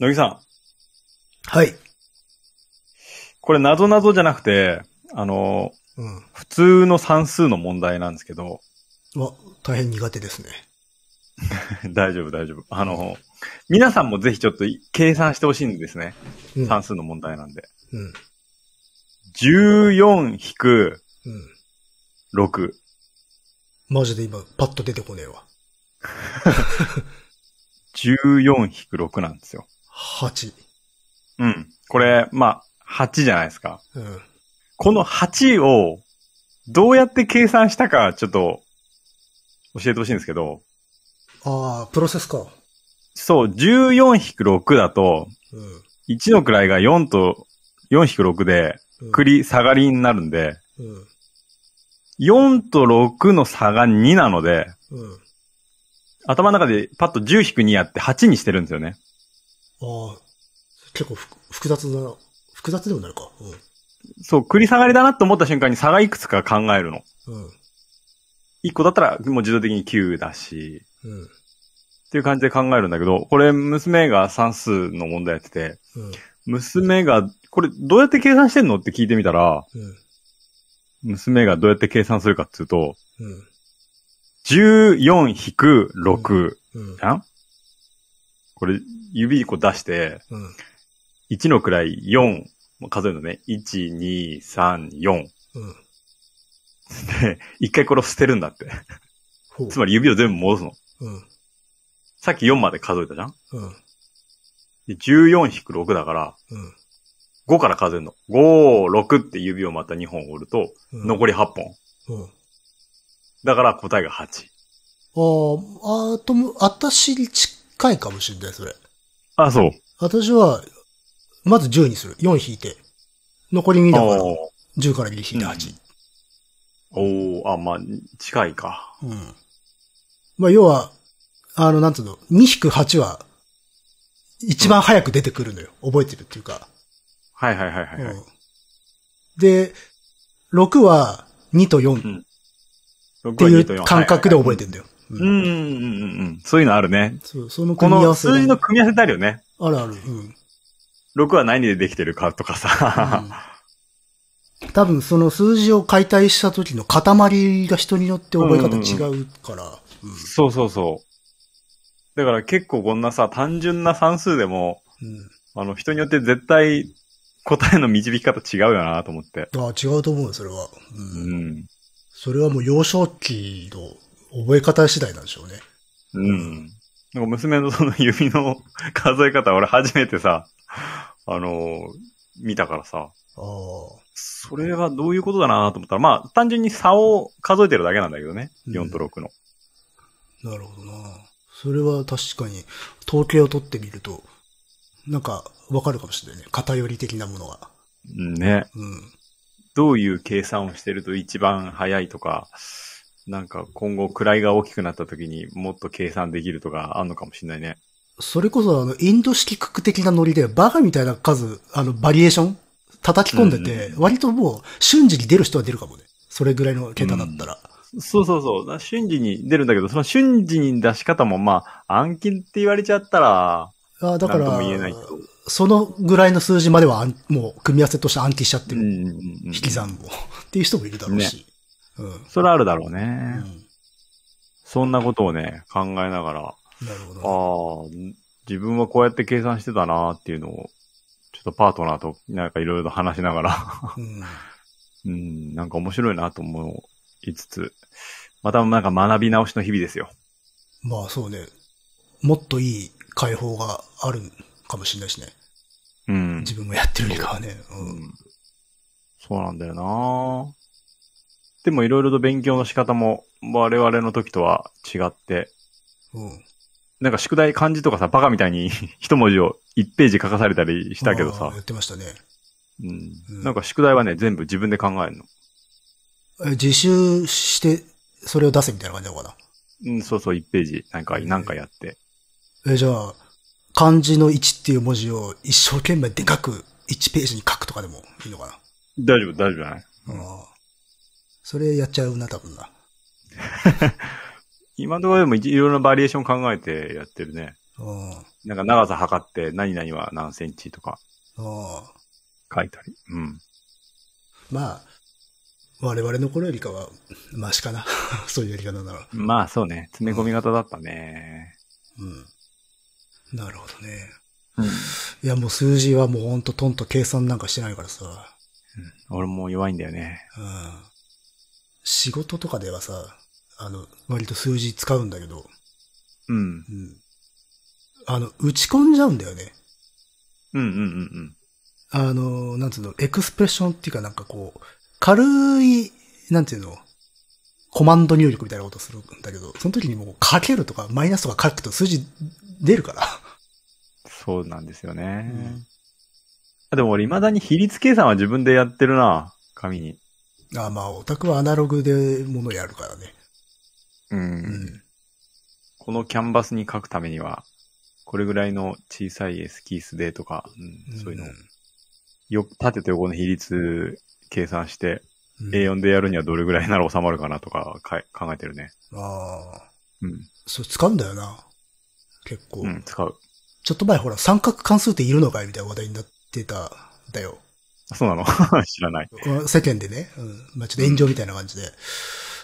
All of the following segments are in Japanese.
野木さん、はい。これ謎謎じゃなくて、あの、うん。普通の算数の問題なんですけど、 ま、大変苦手ですね。大丈夫大丈夫。あの、皆さんもぜひちょっとい計算してほしいんですね。うん。算数の問題なんで。うん。 14-6。うん。マジで今、パッと出てこねえわ。 14-6なんですよ。 8。うん。これ、まあ、8じゃないですか。うん。この8を、どうやって計算したか、ちょっと、教えてほしいんですけど、ああ、プロセスか。そう、14-6だと、うん。 1の位が4と、4-6で、うん、繰り下がりになるんで、うん。 4と6の差が2なので、うん。頭の中でパッと10-2やって8にしてるんですよね。ああ、結構ふく複雑だな。複雑でもなるか。そう、繰り下がりだなと思った瞬間に差がいくつか考えるの。うん。うん。 1個だったらもう自動的に9だし、うん。っていう感じで考えるんだけど、これ娘が算数の問題やってて、うん。娘が、これどうやって計算してんのって聞いてみたら、うん。娘がどうやって計算するかっていうと、うん。 14-6うんじ。ゃんこれ、指一個出して、うん。 1の位4、もう数えるのね。1、2、3、4。うん。で、一回これを捨てるんだって。 ほう。つまり指を全部戻すの。うん。さっき4まで数えたじゃんうん。で ?14-6 だから、うん。 5から数えるの。5、6って指をまた2本折ると、うん。残り8本。うん。あだから答えが8。あ、あーとも、あたしに近いかもしれない、それ。あ、そう。私は、まず10にする。4引いて。残り2だから、おー10から2引いて8。おーあ、まあ、近いか。うん。まあ、要は、あの、なんつうの、2引く8は、一番早く出てくるのよ。覚えてるっていうか。はいはいはいはいはい。うんで、6は2と4っっていう感覚で覚えててんだよ。る。うんうんうんうんうん。そういうのあるね。そうそのこ組み合のわせが数字の組み合わせってあるよね。あるある。うん。 6は何でできてるかとかさ。多分その数字を解体した時の塊が人によって覚え方違うから。そうそうそう。だから結構こんなさ、単純な算数でも、うん。あの、人によって絶対答えの導き方違うよなと思って。うん。ああ、違うと思うよ、それは。う。うんん。それはもう幼少期の覚え方次第なんでしょうね。うん。なんか娘のその指の数え方、俺初めてさ、あの見たからさ、ああ。それはどういうことだなと思ったら、まあ、単純に差を数えてるだけなんだけどね。4と6の。なるほどな。それは確かに、統計を取ってみると、なんか、わかるかもしれないね。偏り的なものが。うん、ね。うん。どういう計算をしてると一番早いとか、なんか今後位が大きくなった時にもっと計算できるとかあんのかもしんないね。それこそ、あの、インド式区的なノリで、バカみたいな数、あの、バリエーション叩き込んでて、う割ともう、瞬時に出る人は出るかもね。それぐらいの桁だったら。そうそうそう。だから瞬時に出るんだけど、その瞬時に出し方もまあ、暗記って言われちゃったら、ああだかなんとらも言えないけど、そのぐらいの数字までは暗、もう、組み合わせとして暗記しちゃってうる。んうんうん、引き算を。っていう人もいるだろうし。うん。それあるだろうね。うんそんなことをね、考えながら、なるあほど。あ、自分はこうやって計算してたなっていうのを、ちょっとパートナーとなんかいろいろと話しながら、うん。うん、なんか面白いなと思いつつ、またなんか学び直しの日々ですよ。まあそうね。もっといい解放があるかもしれないしね。うん。自分がやってるよりかはね。ううん。んそうなんだよなでもいろいろと勉強の仕方も我々の時とは違って、うん。なんか宿題漢字とかさ、バカみたいに 一文字を1ページ書かされたりしたけどあさーや、ってましたね。うんうんなんか宿題はね、全部自分で考えるの。え自習して、それを出せみたいな感じなのかうん、そうそう、1ページ、なんか、なんかやって。な。え、じゃあ、漢字の1っていう文字を一生懸命でかく1ページに書くとかでもいいのか大丈夫、大丈夫じゃないな。ああ。それやっちゃうな、多分な。今のところでもいいろいろなバリエーション考えてやってるね。あなんか長さ測って何々は何センチとかあ、ああ。書いたり。うん。まあ、我々の頃よりかは、マシかな。 そういうやり方なら。まあそうね。詰め込み型だったね。うん。なるほどね。うん。いや、もう数字はもうほんとトンと計算なんかしてないからさ。俺も弱いんだよね。うん。仕事とかではさ、あの、割と数字使うんだけど、うん。うん。あの、打ち込んじゃうんだよね。うんうんうんあの、なんつうの、エクスプレッションっていうかなんかこう、軽い、なんていうの、コマンド入力みたいなことするんだけど、その時にもうかけるとかマイナスとか書くと数字出るから。そうなんですよね。うんあでも俺未だに比率計算は自分でやってるな。紙に。あまあ、オタクはアナログでものやるからね。う。うんん。このキャンバスに書くためには、これぐらいの小さいエスキースでとか、うん、そういうのをよ、縦と横の比率計算して、うん A4 でやるにはどれぐらいなら収まるかなとかかい考えてるね。ああ。うん。それ使うんだよな。結構。うん、使う。ちょっと前ほら、三角関数っているのかいみたいな話題になってたんだよ。あそうなの 知らない。世間でね。うん。まあ、ちょっと炎上みたいな感じで。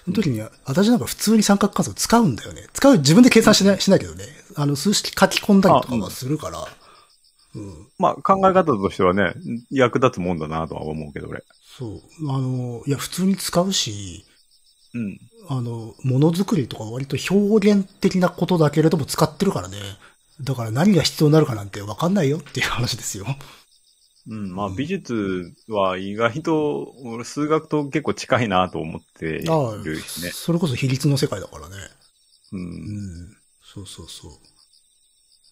その時には、私なんか普通に三角関数使うんだよね。使う、自分で計算しない、しないけどね。あの、数式書き込んだりとかあうはんするから。うん。まあ、考え方としてはね、役立つもんだなとは思うけど、俺。そう。あの、いや、普通に使うし、うん。あの、ものづくりとか割と表現的なことだけれども使ってるからね。だから何が必要になるかなんてわかんないよっていう話ですよ。うん、まあ、うん美術は意外と、俺数学と結構近いなと思っていああるしね。それこそ比率の世界だからね。う。うんん。そうそうそう。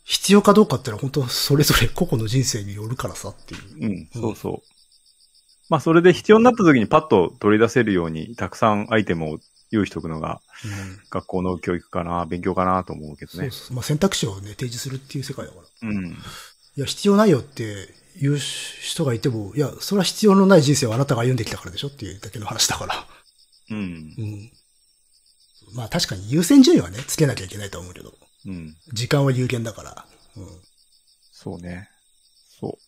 必要かどうかってのは本当それぞれ個々の人生によるからさっていう。うん、そうそう。まあ、それで必要になった時にパッと取り出せるように、たくさんアイテムを用意しとくのが、うん学校の教育かな、勉強かなと思うけどそうね。そう。まあ選択肢をね、提示するっていう世界だから。うん。いや、必要ないよって言う人がいても、いや、それは必要のない人生をあなたが歩んできたからでしょっていうだけの話だから。うん。うん。まあ確かに優先順位はね、つけなきゃいけないと思うけど。うん。時間は有限だから。うそうね。そ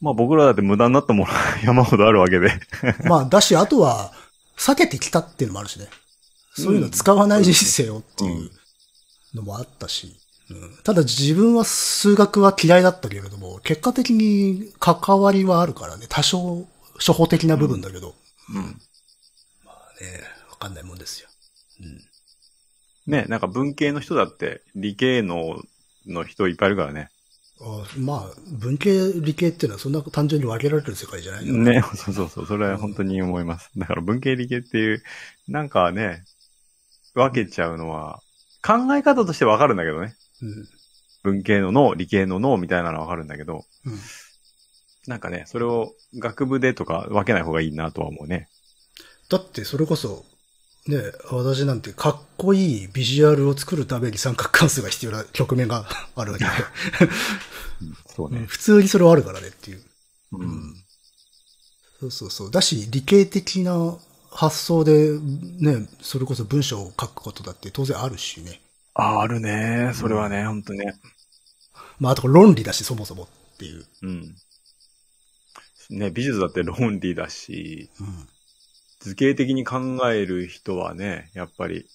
う。まあ僕らだって無駄になったものは山ほどあるわけで。ん。まあだし、あとは、避けてきたっていうのもあるしね。そういうの使わない人生をっていうのもあったし。うんただ自分は数学は嫌いだったけれども、結果的に関わりはあるからね、多少、初歩的な部分だけど。うん。ねわかんないもんですよ。ね、なんか文系の人だって理系のの人いっぱいいるからね。あまあ、文系、理系っていうのはそんな単純に分けられてる世界じゃないからね、 そうそうそう、それは本当に思います。だから文系理系っていう、なんかね、分けちゃうのは、考え方としてわかるんだけどね。うん。文系の脳、理系の脳みたいなのはわかるんだけど、うんなんかね、それを学部でとか分けない方がいいなとは思うね。だってそれこそ、ね、私なんてかっこいいビジュアルを作るために三角関数が必要な局面があるわけで、そううんね。普通にそれはあるからねっていう。うん。そうそうそう。だし、理系的な発想で、ね、それこそ文章を書くことだって当然あるしね。あ、あるね。それはね、本当ね。まあ、あとこれ論理だし、そもそもっていう。うん。ね、美術だって論理だし、うん。図形的に考える人はね、やっぱり、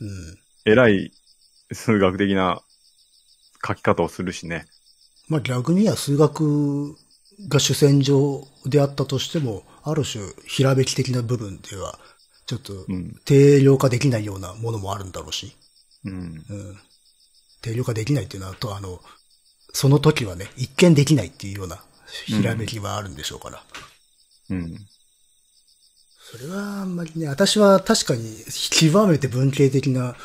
うん。偉い 数学的な書き方をするしね。まあ、逆には数学が主戦場であったとしても、ある種、平べき的な部分では、ちょっとうん。定量化できないようなものもあるんだろうし、うん。うん。定量化できないっていうのは、あとあの、その時はね、一見できないっていうような、平べきはあるんでしょうから。うん。それはあんまりね、私は確かに極めて文系的な、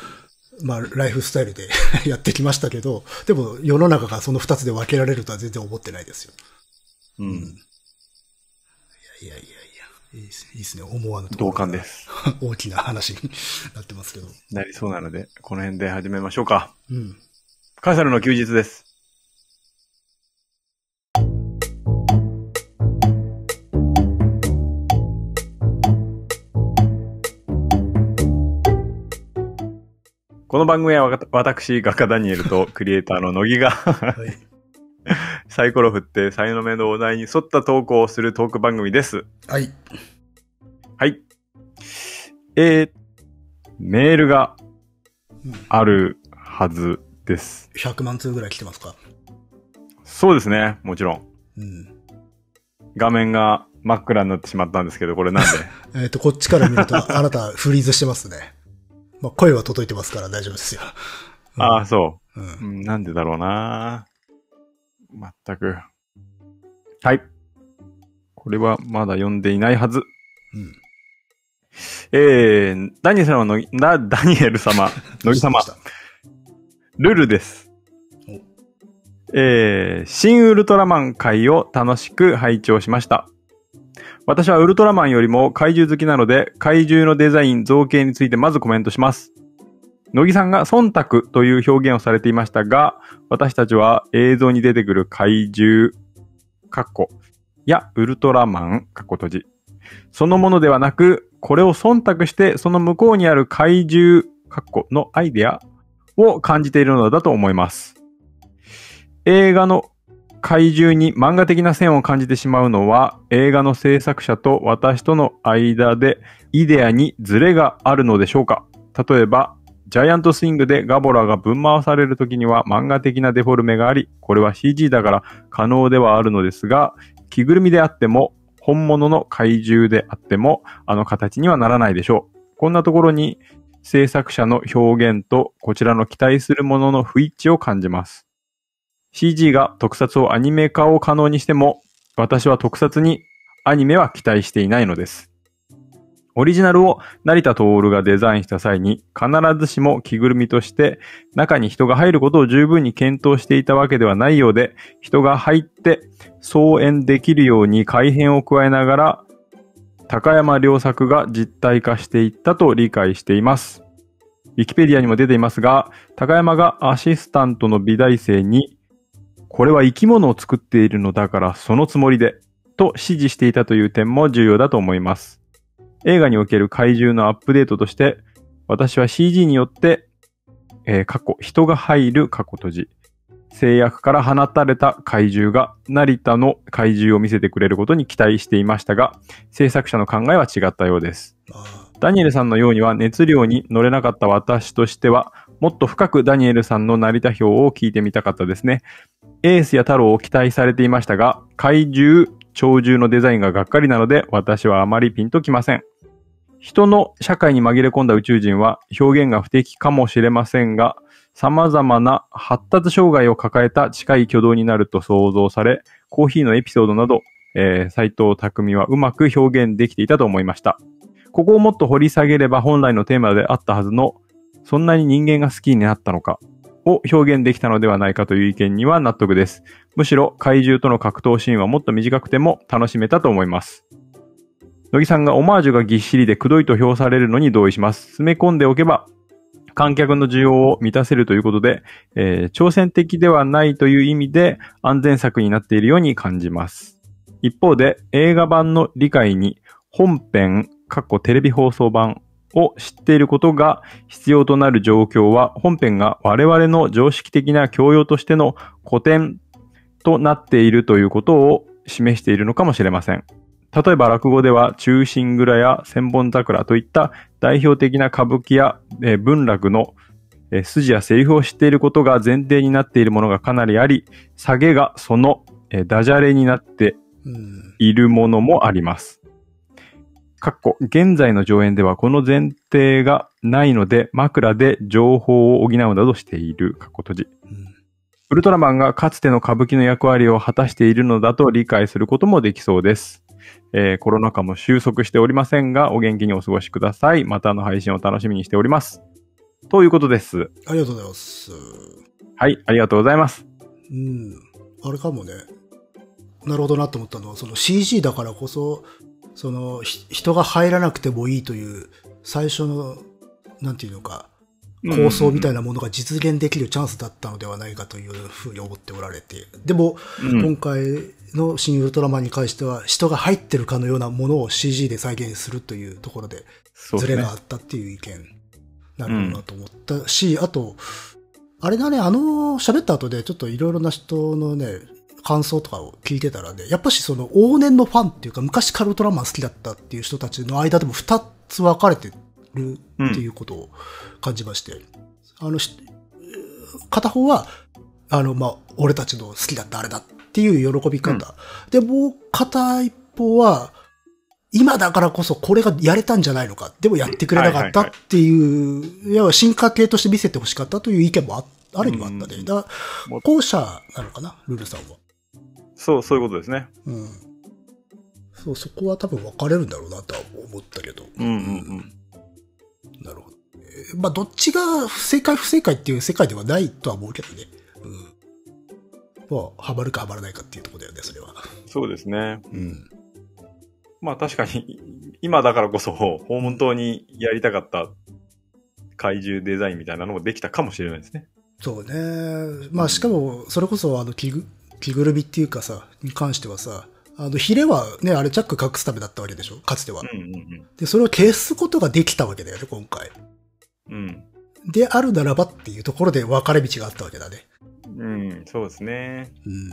まあ、ライフスタイルで やってきましたけど、でも世の中がその二つで分けられるとは全然思ってないですよ。ううん。んいやいやいやいや、いいですねいいですね。思わぬところ同感で。す。大きな話になってますけど。なりそうなので、この辺で始めましょうか。 うん。カエサルの休日です。この番組はわた私、画家ダニエルとクリエイターの乃木がはい。サイコロ振って、才能目のお題に沿った投稿をするトーク番組です。はい。はい。えー、メールがうんあるはずです。 100万通ぐらい来てますか。そうですね、もちろん。うん。画面が真っ暗になってしまったんですけど、これなんでえっ、と、こっちから見ると、 あなたフリーズしてますね。まあ、声は届いてますから大丈夫ですよ。 うん。ああ、そうう。うんんなんでだろうな。まったく。はい。これはまだ読んでいないはず。うん。えー、ダニエル様の、ダ、ダニエル 様、乃木様どうし、ましたルルですお。えー、新ウルトラマン回を楽しく拝聴しました。私はウルトラマンよりも怪獣好きなので、怪獣のデザイン、造形についてまずコメントします。乃木さんが忖度という表現をされていましたが、私たちは映像に出てくる怪獣、かっこ、やウルトラマン、かっこ閉じ、そのものではなく、これを忖度して、その向こうにある怪獣、かっこのアイデアを感じているのだと思います。映画の怪獣に漫画的な線を感じてしまうのは、映画の制作者と私との間でイデアにズレがあるのでしょうか例えば、ジャイアントスイングでガボラがぶん回される時には漫画的なデフォルメがあり、これは CG だから可能ではあるのですが、着ぐるみであっても、本物の怪獣であっても、あの形にはならないでしょう。こんなところに制作者の表現とこちらの期待するものの不一致を感じます。CG が特撮をアニメ化を可能にしても、私は特撮にアニメは期待していないのです。オリジナルを成田徹がデザインした際に必ずしも着ぐるみとして中に人が入ることを十分に検討していたわけではないようで人が入って操演できるように改変を加えながら高山良作が実体化していったと理解しています。ウィキペディアにも出ていますが、高山がアシスタントの美大生に、これは生き物を作っているのだからそのつもりで、と指示していたという点も重要だと思います。映画における怪獣のアップデートとして、私は CG によって、えー過去、人が入る過去閉じ、制約から放たれた怪獣が成田の怪獣を見せてくれることに期待していましたが、制作者の考えは違ったようです。あダニエルさんのようには熱量に乗れなかった私としては、もっと深くダニエルさんの成田表を聞いてみたかったですね。エースや太郎を期待されていましたが、怪獣、鳥獣のデザインががっかりなので、私はあまりピンときません。人の社会に紛れ込んだ宇宙人は表現が不適かもしれませんが、様々な発達障害を抱えた近い挙動になると想像され、コーヒーのエピソードなど、えー、斎藤匠はうまく表現できていたと思いました。ここをもっと掘り下げれば本来のテーマであったはずの、そんなに人間が好きになったのかを表現できたのではないかという意見には納得です。むしろ怪獣との格闘シーンはもっと短くても楽しめたと思います。乃木さんがオマージュがぎっしりでくどいと評されるのに同意します。詰め込んでおけば、観客の需要を満たせるということで、えー挑戦的ではないという意味で安全策になっているように感じます。一方で映画版の理解に本編、かっこテレビ放送版を知っていることが必要となる状況は、本編が我々の常識的な教養としての古典となっているということを示しているのかもしれません。例えば落語では、中心蔵や千本桜といった代表的な歌舞伎や、えー文楽のえー筋やセリフを知っていることが前提になっているものがかなりあり、下げがその、えーダジャレになってーうん。いるものもあります。かっこ、現在の上演ではこの前提がないので、枕で情報を補うなどしている、かっこ閉じ。うん。ウルトラマンがかつての歌舞伎の役割を果たしているのだと理解することもできそうです。えーコロナ禍も収束しておりませんが、お元気にお過ごしください。またの配信を楽しみにしております。ということです。ありがとうございます。はい、ありがとうございます。うん。あれかもね。なるほどなと思ったのは、その CG だからこそ、その、ひ人が入らなくてもいいという、最初の、なんていうのか、構想みたいなものが実現できるチャンスだったのではないかというふうに思っておられて。でも、うん今回の新ウルトラマンに関しては、人が入ってるかのようなものを CG で再現するというところで、そうでズすレねがあったっていう意見なるほどなと思ったし、あと、あれだね、あの、喋った後で、ちょっといろいろな人のね、感想とかを聞いてたらね、やっぱしその往年のファンっていうか、昔からウルトラマン好きだったっていう人たちの間でも二つ分かれてるっていうことを感じまして、あの、し片方は、あの、まあ、俺たちの好きだったあれだっていう喜び方。で、もう片一方は、今だからこそこれがやれたんじゃないのか、でもやってくれなかったっていう、いや進化系として見せてほしかったという意見もああるにはあったね。うんだから後者なのかな、ルルさんは。そう、そういうことですね。うん。そう、そこは多分分かれるんだろうなとは思ったけど。うんうんうん。なるほど。えーまあ、どっちが正解不正解っていう世界ではないとは思うけどね。うん。まあ、ハマるかハマらないかっていうところだよね、それは。そうですね。うん。まあ確かに、今だからこそ、訪問島にやりたかった怪獣デザインみたいなのもできたかもしれないですね。そうね。まあ、しかも、それこそ、あの、着ぐ、着ぐるみっていうかさ、に関してはさ、あの、ヒレはね、あれ、ジャック隠すためだったわけでしょ、かつては。うんうんで、それを消すことができたわけだよね、今回。うん。であるならばっていうところで分かれ道があったわけだね。うん。うん、そうですね。うん。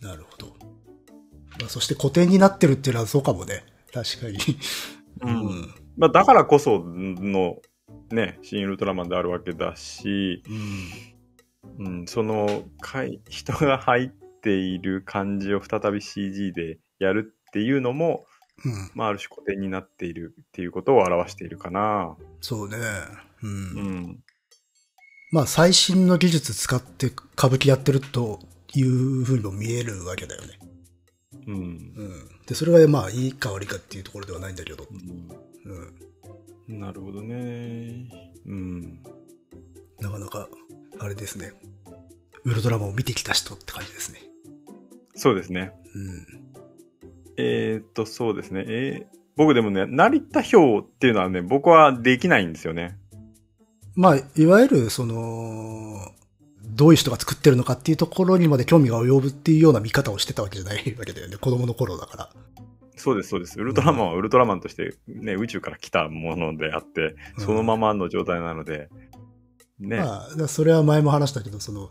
なるほど。まあ、そして古典になってるっていうのはそうかもね。確かに。うん。まあだからこその、ね、新ウルトラマンであるわけだし、うん。うん、その、かい人が入っている感じを再び CG でやるっていうのも、うん。まあある種古典になっているっていうことを表しているかな。そうね。うん。うん。まあ、最新の技術使って歌舞伎やってるというふうにも見えるわけだよね。うん。うん。で、それがまあ、いいか悪いかっていうところではないんだけど。うんうん。なるほどね。うん。なかなか、あれですね。ウルトラマンを見てきた人って感じですね。そうですね。うん。えー、っと、そうですね。えー僕でもね、成田票っていうのはね、僕はできないんですよね。まあ、いわゆる、その、どういう人が作ってるのかっていうところにまで興味が及ぶっていうような見方をしてたわけじゃないわけだよね。子供の頃だから。そうです、そうです。ウルトラマンはウルトラマンとして、ね、宇宙から来たものであって、うんそのままの状態なので、ね、まあ、だからそれは前も話したけど、その、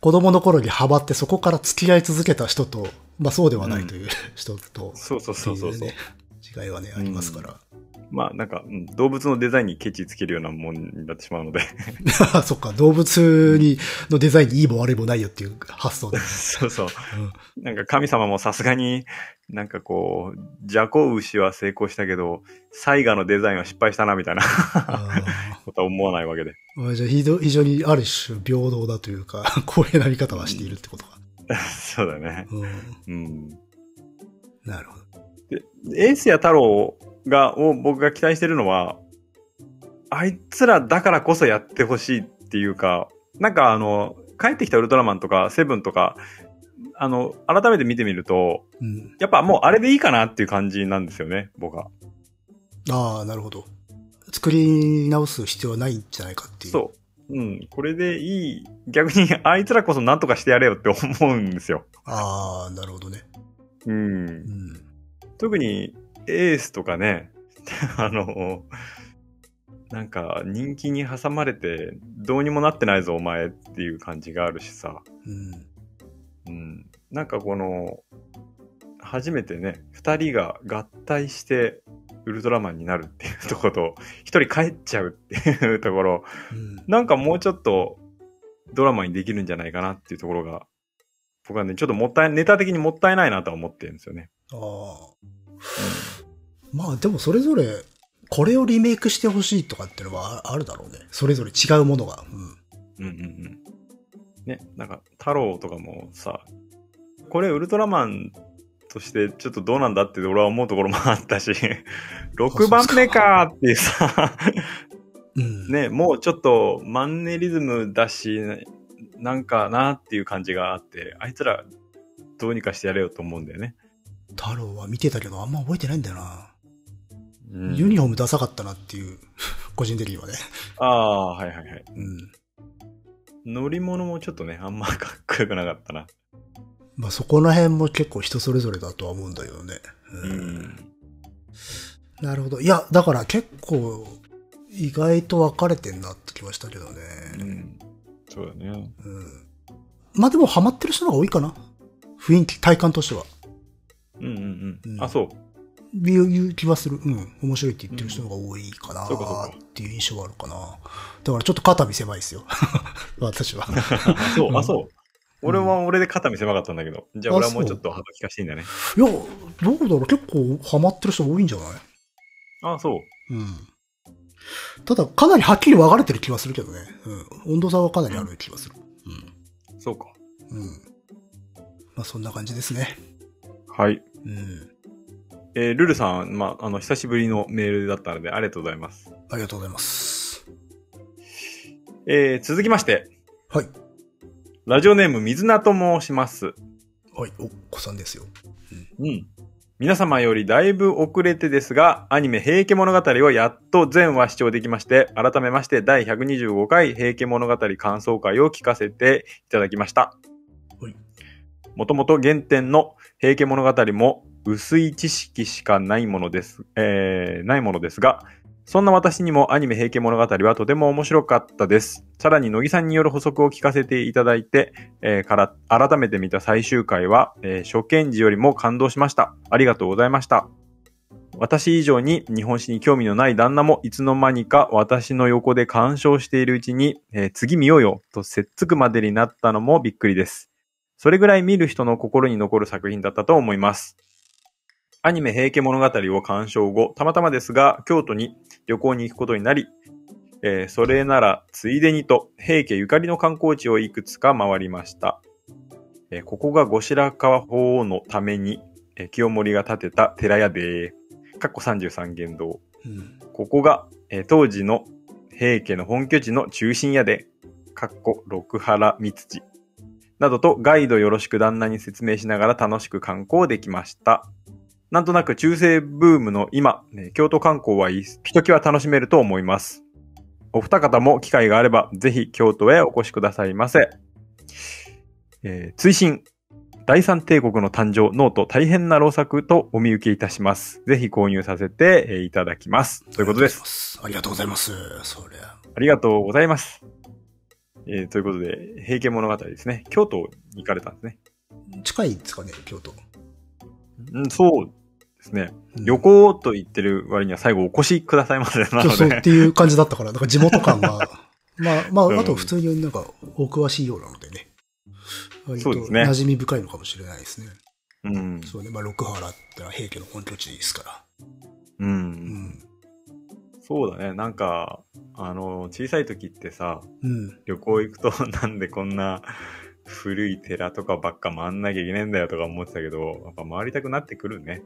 子供の頃にハマってそこから付き合い続けた人と、まあそうではないという人と、そうそうそうそうってそうい。ね違いはね、ありますから。 まあなんか、うん動物のデザインにケチつけるようなもんになってしまうので。そっか、動物に、のデザインにいいも悪いもないよっていう発 想で。そうそう。なんか神様もさすがに、なんかこう、ジャコウ牛は成功したけど、サイガのデザインは失敗したなみたいな あことは思わないわけで。ーまあじゃあ、非常非常にある種平等だというか、 公平な見方はしているってことか。そうだね。うん。うん。なるほど。で、エースや太郎が、を僕が期待してるのは、あいつらだからこそやってほしいっていうか、なんかあの、帰ってきたウルトラマンとか、セブンとか、あの、改めて見てみると、うん。やっぱもうあれでいいかなっていう感じなんですよね、僕は。ああ、なるほど。作り直す必要はないんじゃないかっていう。そう。うん。これでいい。逆に、あいつらこそ何とかしてやれよって思うんですよ。ああ、なるほどね。うんう。ん。特に、エースとかね、 あの、なんか、人気に挟まれて、どうにもなってないぞ、お前っていう感じがあるしさ。うん。うん。なんかこの、初めてね、二人が合体して、ウルトラマンになるっていうところと、一人帰っちゃうっていうところ、うんなんかもうちょっとドラマにできるんじゃないかなっていうところが、僕はね、ちょっともったい、ネタ的にもったいないなとは思ってるんですよね。ああ。まあでもそれぞれ、これをリメイクしてほしいとかっていうのはああるだろうね。それぞれ違うものが。うん。うんうんうん。ね、なんか、太郎とかもさ、これウルトラマンとしてちょっとどうなんだって俺は思うところもあった し、6番目かーっていうさ、うん。。ね、もうちょっとマンネリズムだし、なんかなっていう感じがあって、あいつらどうにかしてやれよと思うんだよね。太郎は見てたけどあんま覚えてないんだよな。うんユニフォームダサかったなっていう、個人的にはね。ああ、はいはいはい。うん。乗り物もちょっとね、あんまかっこよくなかったな。まあそこら辺も結構人それぞれだとは思うんだけどね。うん。なるほど。いや、だから結構、意外と分かれてんなってきましたけどね。うん。そうだね。うん。まあでもハマってる人の方が多いかな。雰囲気、体感としては。うんうんうん。うんあ、そう。いう気はする。うん。面白いって言ってる人の方が多いかなそうかそうかっていう印象はあるかな。だからちょっと肩見せばいですよ。 私は。あ、そうう、ん あ、そう。俺は俺で肩見せなかったんだけど。じゃああ俺はもうそうちょっと幅利かしていいんだね。いや、どうだろう。結構ハマってる人多いんじゃないあ、そう。うん。ただ、かなりはっきり分かれてる気はするけどね。うん。温度差はかなりある気はする。そうか。うん。うん。まあ、そんな感じですね。はい。うん。えールルさん、まあ、あの、久しぶりのメールだったので、ありがとうございます。ありがとうございます。えー続きまして、はい。ラジオネーム、水菜と申します。はい。お、子さんですよ。うん。皆様よりだいぶ遅れてですが、アニメ、平家物語をやっと全話視聴できまして、改めまして第125回平家物語感想会を聞かせていただきましたはい。もともと原点の平家物語も薄い知識しかないものです、えーないものですが、そんな私にもアニメ平家物語はとても面白かったです。さらに乃木さんによる補足を聞かせていただいて、えーから改めて見た最終回は、えー初見時よりも感動しました。ありがとうございました。私以上に日本史に興味のない旦那もいつの間にか私の横で鑑賞しているうちに、えー次見ようよとせっつくまでになったのもびっくりです。それぐらい見る人の心に残る作品だったと思います。アニメ平家物語を鑑賞後、たまたまですが京都に旅行に行くことになり、えーそれならついでにと平家ゆかりの観光地をいくつか回りました。えーここが後白河法皇のために、えー清盛が建てた寺屋で、かっこ33間堂。うん。ここが、えー当時の平家の本拠地の中心屋で、かっこ六原三土。などとガイドよろしく旦那に説明しながら楽しく観光できました。なんとなく中世ブームの今、ね京都観光はいいひときわ楽しめると思います。お二方も機会があれば、ぜひ京都へお越しくださいませ。えー追伸第三帝国の誕生、ノート、大変な老作とお見受けいたします。ぜひ購入させてえーいただきます。ということです。す。ありがとうございます。そりゃ。ありがとうございます。えーということで、平家物語ですね。京都に行かれたんですね。近いですかね、京都。うん、そうですね。うん旅行と言ってる割には最後お越しくださいまでなそうのそうでっ。ていう感じだったから、なんか地元感 が。まあ、まうんあ、あと普通になんかお詳しいようなのでね。割とそうですね馴染み深いのかもしれないですね。うん。そうね。まあ、六原ってのは平家の本拠地ですから。う。うんん。そうだね。なんか、あの、小さい時ってさ、うん。旅行行くと なんでこんな古い寺とかばっか回んなきゃいけないんだよとか思ってたけど、やっぱ回りたくなってくるね。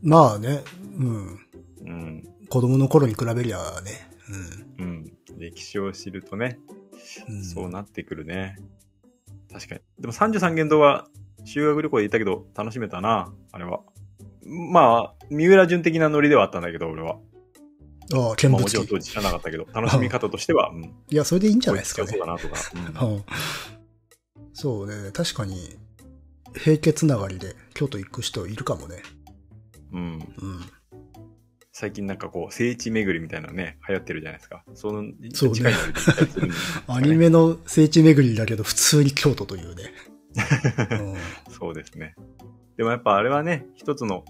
まあね、うん。うん。子供の頃に比べりゃね。うん。歴史を知るとね、うん。うん、そうなってくるね。確かに。でも33元堂は修学旅行で行ったけど楽しめたな、あれは。まあ、三浦淳的なノリではあったんだけど、俺は。ああ、見まあ、物もちろん記。当時知らなかったけど、楽しみ方としては、うん。いや、それでいいんじゃこれないです必か要そう。ねだなとか。うんうんそうね。確かに、平家つながりで京都行く人いるかもね。うん。うん。最近なんかこう、聖地巡りみたいなのね、流行ってるじゃないですか。その、そうね近いので行ったりするんですか アねニメの聖地巡りだけど、普通に京都というね。うんそうですね。でもやっぱあれはね、一つの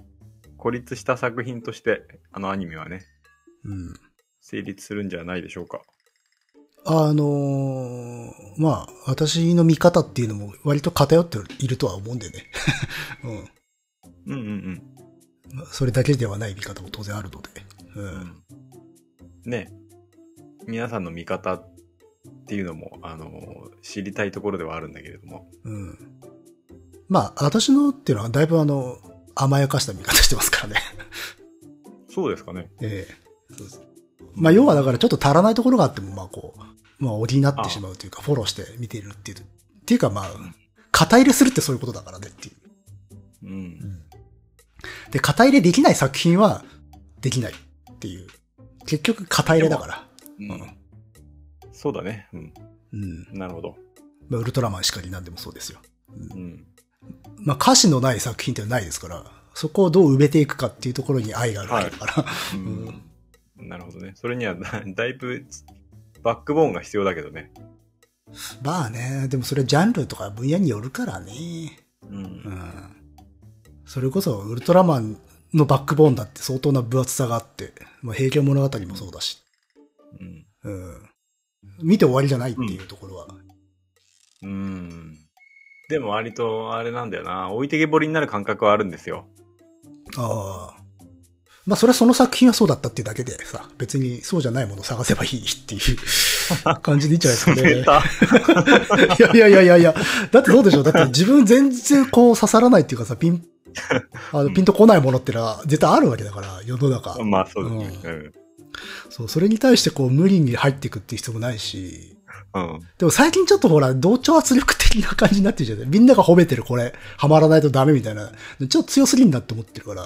孤立した作品として、あのアニメはね、うん。成立するんじゃないでしょうか。あのーまあ、私の見方っていうのも割と偏っているとは思うんでね。 ううんうんうん。んまあ。それだけではない見方も当然あるので。うん。ね皆さんの見方っていうのも、あの、知りたいところではあるんだけれども。うん。まあ、私のっていうのはだいぶあの、甘やかした見方してますからね。そうですかね。ええそうですまあ、要はだからちょっと足らないところがあっても、まあこう、まあ、補ってしまうというか、フォローして見ているっていう。っていうかまあ、肩入れするってそういうことだからねっていう。うん。で、肩入れできない作品は、できないっていう。結局、肩入れだから。うんそうだね。うん。うん。なるほど。まあ、ウルトラマンしかりなんでもそうですよ。うん。まあ、歌詞のない作品ってないですから、そこをどう埋めていくかっていうところに愛があるわけだから。ううんん。なるほどね。それには だだいぶバックボーンが必要だけどね。 まあね、でもそれジャンルとか分野によるからね。う。うんん。それこそウルトラマンのバックボーンだって相当な分厚さがあって、まあ、平家物語もそうだし、うん。うん。見て終わりじゃないっていうところは。うん。でも割とあれなんだよな。置いてけぼりになる感覚はあるんですよ。ああ。まあそれはその作品はそうだったっていうだけでさ、別にそうじゃないものを探せばいいっていう感じでいいんじゃないですかね。た。いやいやいやいやいや。だってどうでしょうだって自分全然こう刺さらないっていうかさ、ピン、あのピンとこないものってのは絶対あるわけだから、世の中。まあそうですね。そう、それに対してこう無理に入っていくっていう必要もないし。うん。うん。でも最近ちょっとほら、同調圧力的な感じになってるじゃないみんなが褒めてるこれ、ハマらないとダメみたいな。ちょっと強すぎんなって思ってるから。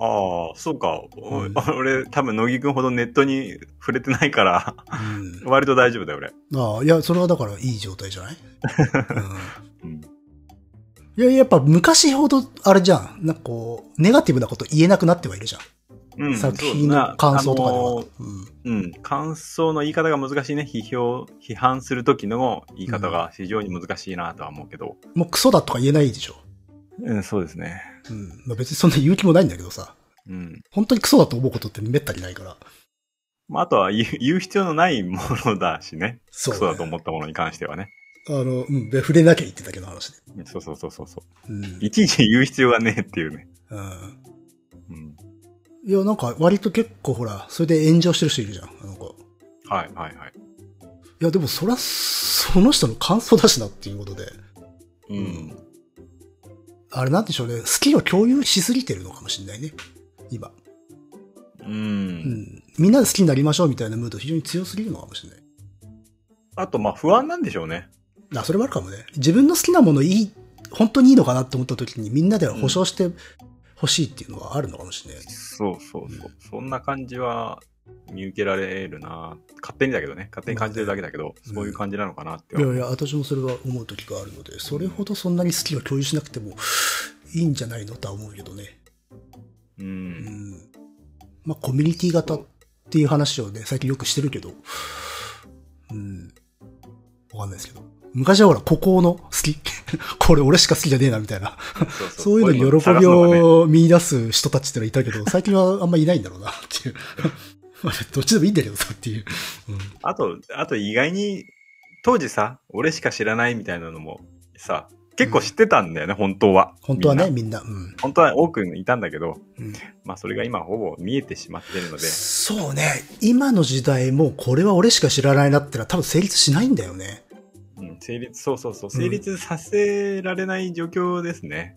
ああ、そうか。おうん 俺、多分、乃木くんほどネットに触れてないから、 うん。割と大丈夫だよ、俺。ああ、いや、それはだからいい状態じ ゃない、うん。うん、いや、やっぱ昔ほど、あれじゃん。なんかこう、ネガティブなこと言えなくなってはいるじゃん。うん、作品の感想とかでは。そうだなあのーうんうん、感想の言い方が難しいね。批評、批判する時の言い方が非常に難しいなとは思うけど。もうクソだとか言えないでしょ。うん、そうですね。うん。まあ、別にそんな勇気もないんだけどさ。うん。本当にクソだと思うことってめったにないから。まあ、あとは言う言う必要のないものだしね。そう、そうだと思ったものに関してはね。あの、うん。で触れなきゃ言ってたけど話で。うんそうそうそうそうそう。うん。いちいち言う必要がねえっていうね。うん。うん。いや、なんか割と結構ほら、それで炎上してる人いるじゃん。なんか。はいはいはい。いや、でもそら、その人の感想だしなっていうことで。うん。あれなんでしょうね、好きを共有しすぎてるのかもしれないね。今。うん。うん。みんなで好きになりましょうみたいなムード非常に強すぎるのかもしれない。あと、まあ、不安なんでしょうね。あ、それもあるかもね。自分の好きなものいい、本当にいいのかなって思った時にみんなで保証してほしいっていうのはあるのかもしれない。そうそうそう。そんな感じは見受けられるな勝手にだけどね。勝手に感じてるだけだけど、うんそういう感じなのかなっていは。やいや、私もそれは思う時があるので、それほどそんなに好きを共有しなくてもいいんじゃないのとは思うけどね。う。うんん。まあ、コミュニティ型っていう話をね、最近よくしてるけど、うん。わかんないですけど。昔はほら、孤高の好き。 これ俺しか好きじゃねえな、みたいな。そうそそういうのに喜びを見出す人たちってのはいたけど、最近はあんまいないんだろうな、っていう。まあどっちでもいいんだけどさ、っていう。あと、あと意外に、当時さ、俺しか知らないみたいなのもさ、結構知ってたんだよね、本当は。本当はね、みんなみんな。うん。本当は多くいたんだけど、うんまあそれが今ほぼ見えてしまってるので、そうね。今の時代もうこれは俺しか知らないなってのは多分成立しないんだよね。うん、成立、そうそうそう、成立させられない状況ですね。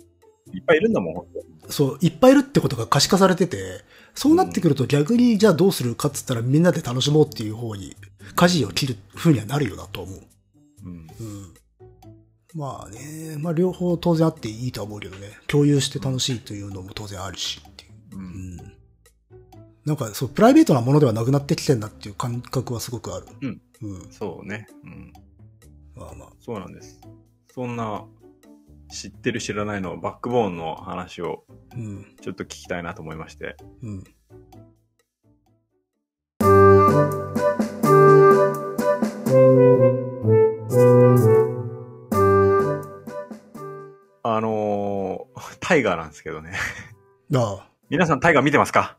いっぱいいるんだもん、本当そう、いっぱいいるってことが可視化されてて、そうなってくると逆にじゃあどうするかっつったらみんなで楽しもうっていう方に、舵を切る風にはなるよなと思う。うん。うん。まあね、まあ両方当然あっていいとは思うけどね、共有して楽しいというのも当然あるしっていう。ううんん。なんかそう、プライベートなものではなくなってきてんなっていう感覚はすごくある。うん。うん。そうね。うん。まあまあ。そうなんです。そんな、知ってる知らないのバックボーンの話をうん。ちょっと聞きたいなと思いまして。うん。あのー、 タイガーなんですけどね。ああ、皆さんタイガー見てますか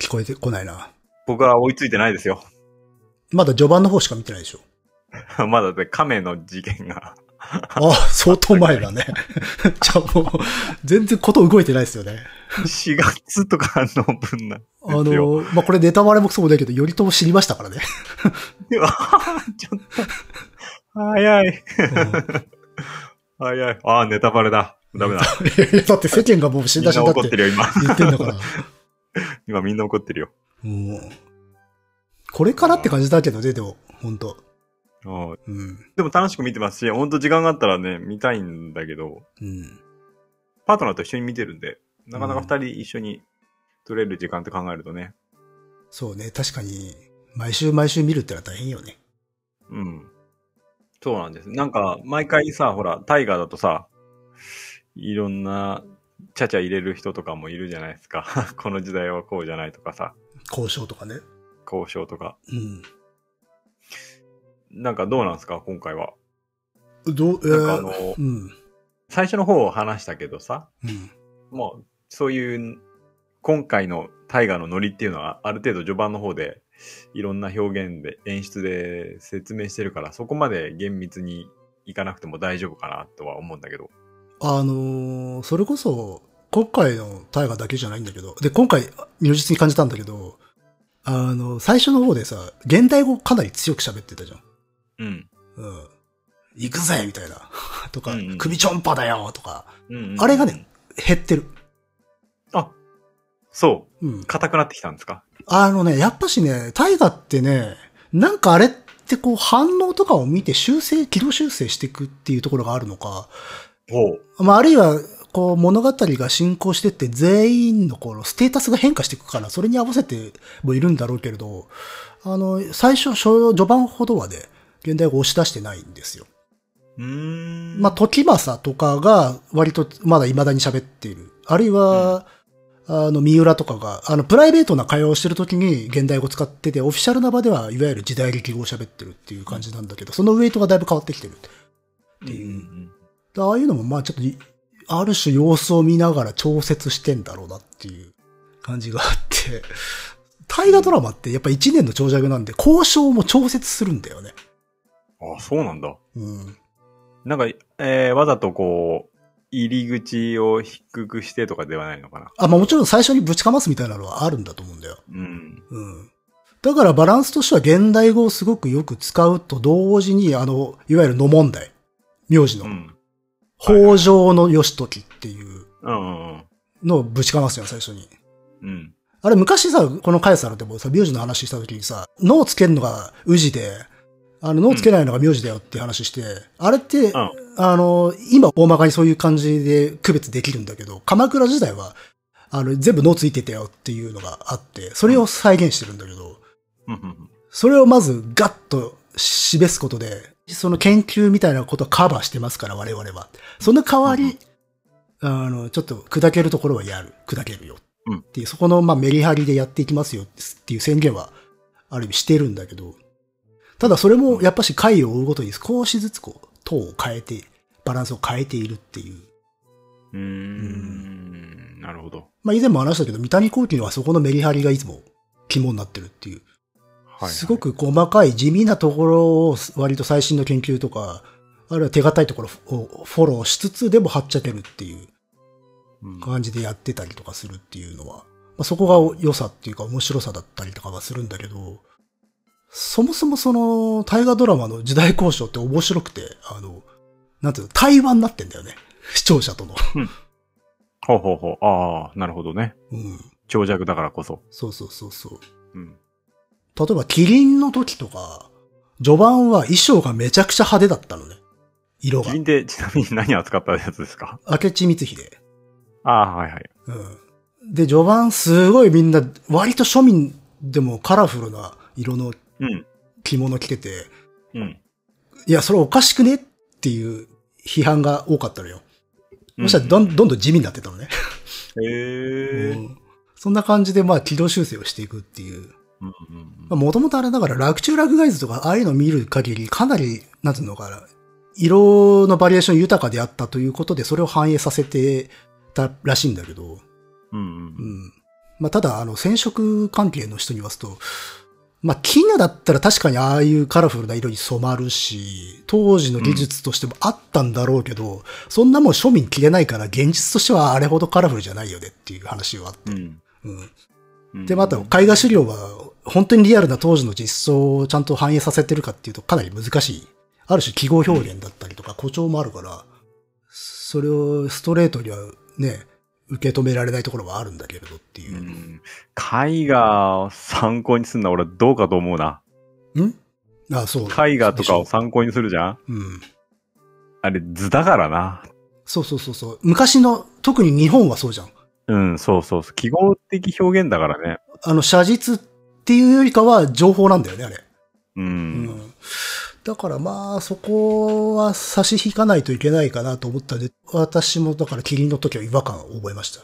聞こえてこないな。僕は追いついてないですよ。 まだ序盤の方しか見てないでしょ。まだね、亀の事件が。 ああ、相当前だね。じゃあもう、全然こと動いてないですよね。 4月とかの分な。 あの、まあ、これネタバレもそうもないけど、頼朝知りましたからね。うわちょっと。早い。早い。ああ、ネタバレだ。ダメ だ。うん だって世間がもう死みんんだな死んだっ怒っててるよ、今。 言ってんだから。今みんな怒ってるよ。もう、これからって感じだけどね、でも、本当うんうん。でも楽しく見てますし、ほんと時間があったらね、見たいんだけど、うん。パートナーと一緒に見てるんで、なかなか二人一緒に取れる時間って考えるとね。そうね、確かに、毎週毎週見るってのは大変よね。うん。そうなんです。なんか、毎回さ、ほら、タイガーだとさ、いろ んな、ちゃちゃ入れる人とかもいるじゃないですか。この時代はこうじゃないとかさ。交渉とかね。交渉とか。うなんかどうなんですか今回は。ん。どう、えなんかあー、の、うん。最初の方を話したけどさ、うん。もう、そういう、今回の大河のノリっていうのは、ある程度序盤の方で、いろんな表現で、演出で説明してるから、そこまで厳密にいかなくても大丈夫かなとは思うんだけど。あのーそれこそ、今回の大河だけじゃないんだけど、で、今回、如実に感じたんだけど、あの、最初の方でさ、現代語かなり強く喋ってたじゃん。うん。うん。行くぜみたいな。 とか、うんうん首ちょんぱだよとか、うんうんあれがね。減ってる。あ、そうんう。。硬くなってきたんですかあのね、やっぱしね、大河ってね、なんかあれってこう反応とかを見て修正、軌道修正していくっていうところがあるのか、ほう。まあ、あるいは、こう物語が進行してって全員のこのステータスが変化していくから、それに合わせてもいるんだろうけれど、あの、最初、初序盤ほどはね、現代語を押し出してないんですよ。うーん。まあ、時政とかが割とまだ未だに喋っている。あるいは、あの、三浦とかが、あの、プライベートな会話をしてる時に現代語使ってて、オフィシャルな場ではいわゆる時代劇語を喋ってるっていう感じなんだけど、そのウェイトがだいぶ変わってきてる。うんうんでああいうのも、まあちょっとい、ある種様子を見ながら調節してんだろうなっていう感じがあって、大河ドラマってやっぱ一年の長尺なんで、交渉も調節するんだよね。うん。あ、そうなんだ。うん。なんか、えー、わざとこう、入り口を低くしてとかではないのかな。あ、まあもちろん最初にぶちかますみたいなのはあるんだと思うんだよ。うん。うん。だからバランスとしては現代語をすごくよく使うと同時に、あの、いわゆるの問題。名字うの。ん。北条の義時っていううんうんのをぶちかますよ、最初に。うん。うん。あれ昔さ、このカエサルでもさ、名字の話した時にさ、脳つけるのが宇治で、あの、脳つけないのが名字だよって話して、あれって、んあの、今大まかにそういう感じで区別できるんだけど、鎌倉時代は、あの、全部脳ついてたよっていうのがあって、それを再現してるんだけど、うんうんそれをまずガッと示すことで、その研究みたいなことをカバーしてますから、我々は。その代わり、あの、ちょっと砕けるところはやる。砕けるよ。うんっていう、そこの、まあ、メリハリでやっていきますよっていう宣言は、ある意味してるんだけど、ただそれも、やっぱし回を追うごとに少しずつこう、塔を変えて、バランスを変えているっていう。うーん。なるほど。まあ、以前も話したけど、三谷幸喜のはそこのメリハリがいつも肝になってるっていう。はい。すご。く細かい地味なところを割と最新の研究とか、あるいは手堅いところをフォローしつつでもはっちゃけるっていううん感じでやってたりとかするっていうのは、まあ、そこが良さっていうか面白さだったりとかはするんだけど、そもそもその大河ドラマの時代交渉って面白くて、あの、なんていうの、対話になってんだよね。 視聴者との。ほうほうほう。ああ、なるほどね。うん。長尺だからこそ。そうそうそうそう。うん。例えば、キリンの時とか、序盤は衣装がめちゃくちゃ派手だったのね。色がキリ。ンってちなみに何扱ったやつですか明智光秀。ああ、はいはい。うん。で、序盤すごいみんな、割と庶民でもカラフルな色のうん。着物着てて、うん。いや、それおかしくねっていう批判が多かったのよ。そしたらどうんどんどん地味になってたのね。ん。へえ。ううんんそんな感じで、まあ、軌道修正をしていくっていう。うんうんもともとあれだから、楽中楽外図とか、ああいうのを見る限り、かなり、なんていうのかな、色のバリエーション豊かであったということで、それを反映させてたらしいんだけど、うんううん。ん。まあ、ただ、あの、染色関係の人に言わすと、まあ、絹だったら確かにああいうカラフルな色に染まるし、当時の技術としてもあったんだろうけど、そんなもん庶民着れないから、現実としてはあれほどカラフルじゃないよねっていう話はあって。うんうん。うん。で、また、絵画資料は、本当にリアルな当時の実装をちゃんと反映させてるかっていうとかなり難しい。ある種記号表現だったりとか誇張もあるから、それをストレートにはね、受け止められないところはあるんだけれどっていうう。ん。絵画を参考にすんのは俺どうかと思うな。んあ、そう。絵画とかを参考にするじゃんうん。あれ図だからな。そうそうそうそう。昔の、特に日本はそうじゃん。うん、そうそうそう。記号的表現だからね。あの、写実っていうよりかは情報なんだよね、あれ。う。うんん。だからまあ、そこは差し引かないといけないかなと思ったんで、私もだからキリンの時は違和感を覚えました。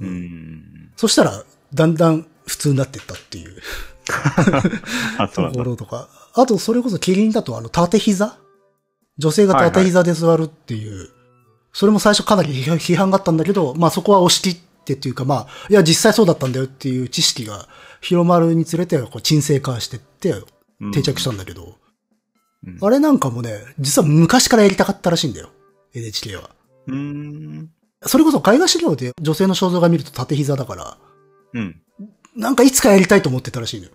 うん。そしたら、だんだん普通になってったっていうあ、そうなとんこだ。ろとか。あと、それこそキリンだと、あの、縦膝女性が縦膝で座るっていう、それも最初かなり批批判があったんだけど、まあそこは押し切ってっていうか、まあ、いや、実際そうだったんだよっていう知識が広まるにつれて、こう、沈静化してって、定着したんだけど、うん。あれなんかもね、実は昔からやりたかったらしいんだよ。NHK は。うん。それこそ絵画資料で女性の肖像画見ると縦膝だから、うん。なんかいつかやりたいと思ってたらしいのよ。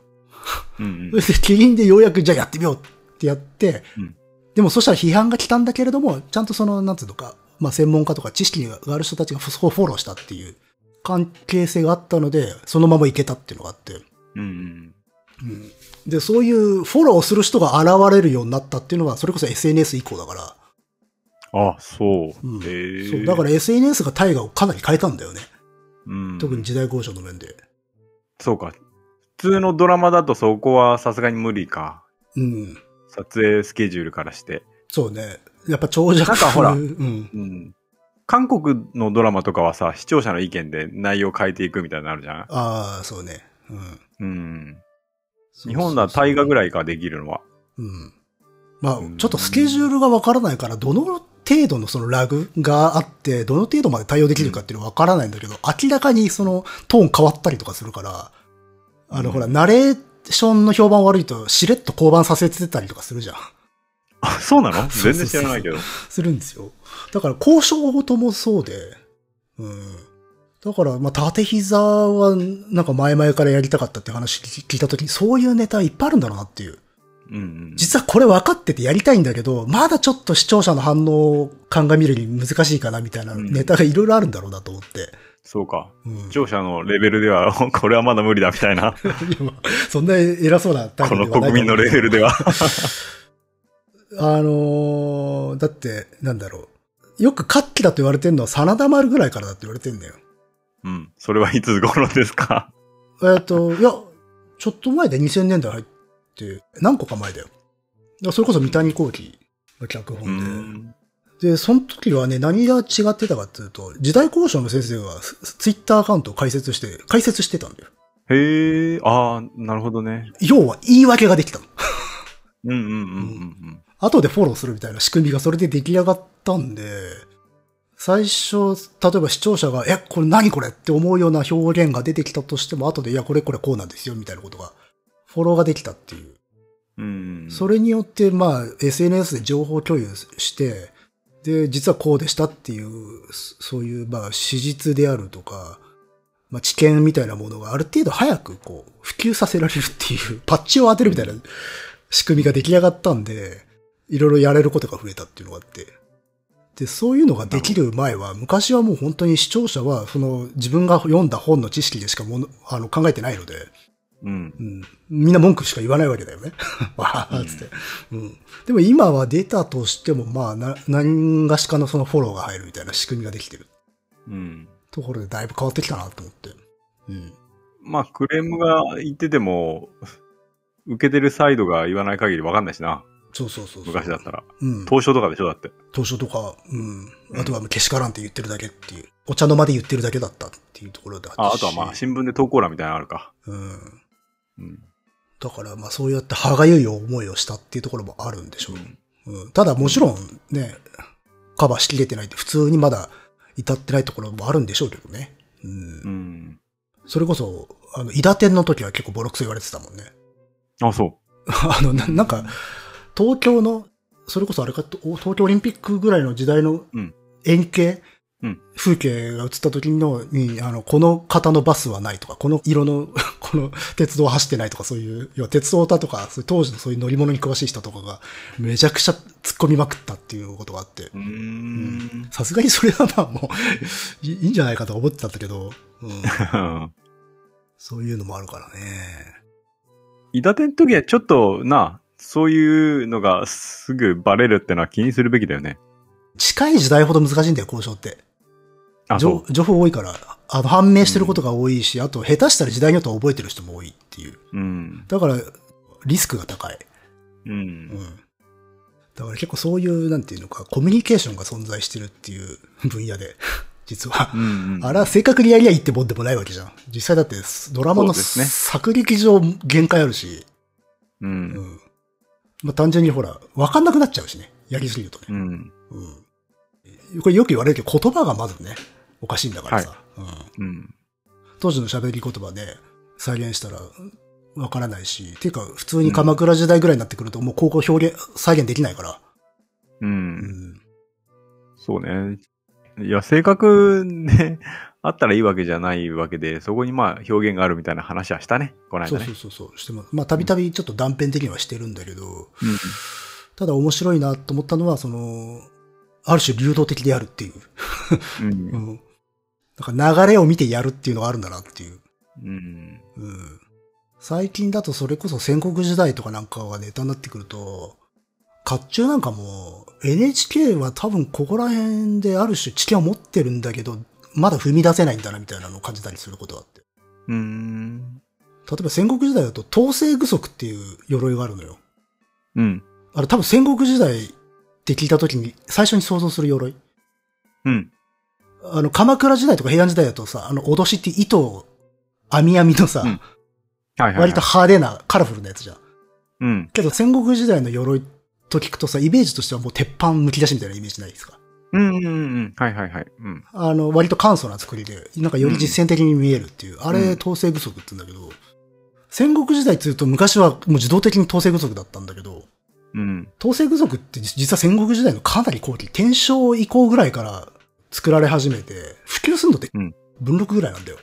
うんそ。れでキリンでようやくじゃあやってみようってやって、うんでもそしたら批判が来たんだけれども、ちゃんとその、なんつうのか、まあ専門家とか知識がある人たちがそこをフォローしたっていう関係性があったので、そのままいけたっていうのがあって、うん。うんで、そういうフォローする人が現れるようになったっていうのは、それこそ SNS 以降だから、あ、そううん。へえ。そうだから SNS が大河をかなり変えたんだよね。うん、特に時代交渉の面で。そうか。普通のドラマだとそこはさすがに無理か。うん。撮影スケジュールからして。そうね。やっぱ長尺。なんかほらうん。うん。韓国のドラマとかはさ、視聴者の意見で内容変えていくみたいになのあるじゃんああ、そうね。うん。うん。日本だ大河ぐらい。らいかできるのは。うん。まあうん、ちょっとスケジュールがわからないから、どの程度のそのラグがあって、どの程度まで対応できるかっていうのはわからないんだけど、明らかにそのトーン変わったりとかするから、あうの、んほら、ナレーションの評判悪いと、しれっと降板させてたりとかするじゃん。 あ、そうなのそうそうそ全う然知らないけど。するんですよ。だから、交渉ごともそうで、うん。だから、まあ、縦膝は、なんか前々からやりたかったって話聞いたときに、そういうネタいっぱいあるんだろうなっていう。うんうん。実はこれ分かっててやりたいんだけど、まだちょっと視聴者の反応を鑑みるに難しいかなみたいなうんネタがいろいろあるんだろうなと思って。そうか。うん。視聴者のレベルでは、 これはまだ無理だみたいな。 いやまあそんな偉そうなタイこプでのはない国民のレベルでは。あのー、だって、なんだろう。よく活気だと言われてるのは真田丸ぐらいからだって言われてんだよ。うん。それはいつ頃ですかえっと、いや、ちょっと前で2000年代入って、何個か前だよ。だからそれこそ三谷幸喜の脚う本で。ん。で、その時はね、何が違ってたかっていうと、時代交渉の先生がツツイッターアカウントを開設して、開設してたんだよ。へえ、ああ、なるほどね。要は言い訳ができたの。うんうんうんうん後でフォローするみたいな仕組みがそれで出来上がったんで、最初、例えば視聴者が、え、これ何これって思うような表現が出てきたとしても、後で、いや、これこれこうなんですよ、みたいなことが、フォローができたっていう。うん。うんうん。それによって、まあ、SNS で情報共有して、で、実はこうでしたっていう、そそういう、まあ、史実であるとか、まあ、知見みたいなものがある程度早く、こう、普及させられるっていう、 パッチを当てるみたいな仕組みが出来上がったんで、いろいろやれることが増えたっていうのがあって。で、そういうのができる前は、昔はもう本当に視聴者は、その、自分が読んだ本の知識でしかもの、あの、考えてないので、うん。うんみんな文句しか言わないわけ だよね。わーっつって、うん。でも今は出たとしても、まあ、な、何がしかのそのフォローが入るみたいな仕組みができてるうん。ところでだいぶ変わってきたなと思って。うん。まあ、クレームが言ってても、受けてるサイドが言わない限りわかんないしな。そうそうそうそう。昔だったら。うん。東証とかでしょだって。東証とか、うん。あとはもうけしからんって言ってるだけっていう。お茶の間で言ってるだけだったっていうところであったあ、あしとはまあ、新聞で投稿欄みたいなのあるか。うん。うん。だからまあそうやって歯がゆい思いをしたっていうところもあるんでしょう。うん、ただもちろんね、カバーしきれてないって普通にまだ至ってないところもあるんでしょうけどね。う。うんん。それこそ、あの、イダテンの時は結構ボロクソ言われてたもんね。 あ、そあの、ななんか、東京の、それこそあれか、お東京オリンピックぐらいの時代のうん円形、うん風景が映った時のに、あの、この型のバスはないとか、この色の、 この鉄道は走ってないとか、そういう、要は鉄道だとか、そういう当時のそういう乗り物に詳しい人とかが、めちゃくちゃ突っ込みまくったっていうことがあってう。う、ーん。さすがにそれはまあもう、いいいんじゃないかと思ってたんだけど、うん、そういうのもあるからね。伊達の時はちょっと、な、そういうのがすぐバレるってのは気にするべきだよね。近い時代ほど難しいんだよ、交渉って。あ、情そ情報多いから、あの、判明してることが多いし、あと、下手したら時代によっては覚えてる人も多いっていう。う。うん。だから、リスクが高い。う。うんん。だから結構そういう、なんていうのか、コミュニケーションが存在してるっていう 分野で、実は。うんうんあれは正確にやりゃいいってもんでもないわけじゃん。実際だってドラマのそうですね作劇上限界あるし、う。うんん。まあ単純にほら、わかんなくなっちゃうしね。やりすぎるとね。うん。うん。これよく言われるけど言葉がまずね、おかしいんだからさ。うん。うん。当時の喋り言葉で再現したらわからないし、っていうか普通に鎌倉時代ぐらいになってくるともう高校表現、再現できないから。う。うんん。そうね。いや、性格であったらいいわけじゃないわけで、そこにまあ表現があるみたいな話はしたね。このそ間ねうそ。うそうそう、してます。まあたびたびちょっと断片的にはしてるんだけど、うんただ面白いなと思ったのは、その、ある種流動的でやるっていう。うんう。ん。なんか流れを見てやるっていうのがあるんだなっていう。うん。うん。最近だとそれこそ戦国時代とかなんかがネタになってくると、甲冑なんかも NHK は多分ここら辺である種知見を持ってるんだけど、まだ踏み出せないんだなみたいなのを感じたりすることがあって。うん。例えば戦国時代だと統制具足っていう鎧があるのよ。うん。あれ多分戦国時代って聞いた時に最初に想像する鎧。うん。あの、鎌倉時代とか平安時代だとさ、あの、脅しって糸を、網網のさ、うんはいはい、はい。割と派手な、カラフルなやつじゃん。うん。けど戦国時代の鎧と聞くとさ、イメージとしてはもう鉄板剥き出しみたいなイメージないですか。うんうんうん。はいはいはい。うん。あの、割と簡素な作りで、なんかより実践的に見えるっていう、あれ統制不足って言うんだけど、戦国時代って言うと昔はもう自動的に統制不足だったんだけど、うん。統制不足って実は戦国時代のかなり後期、天正以降ぐらいから作られ始めて、普及するのってうん文禄ぐらいなんだよ。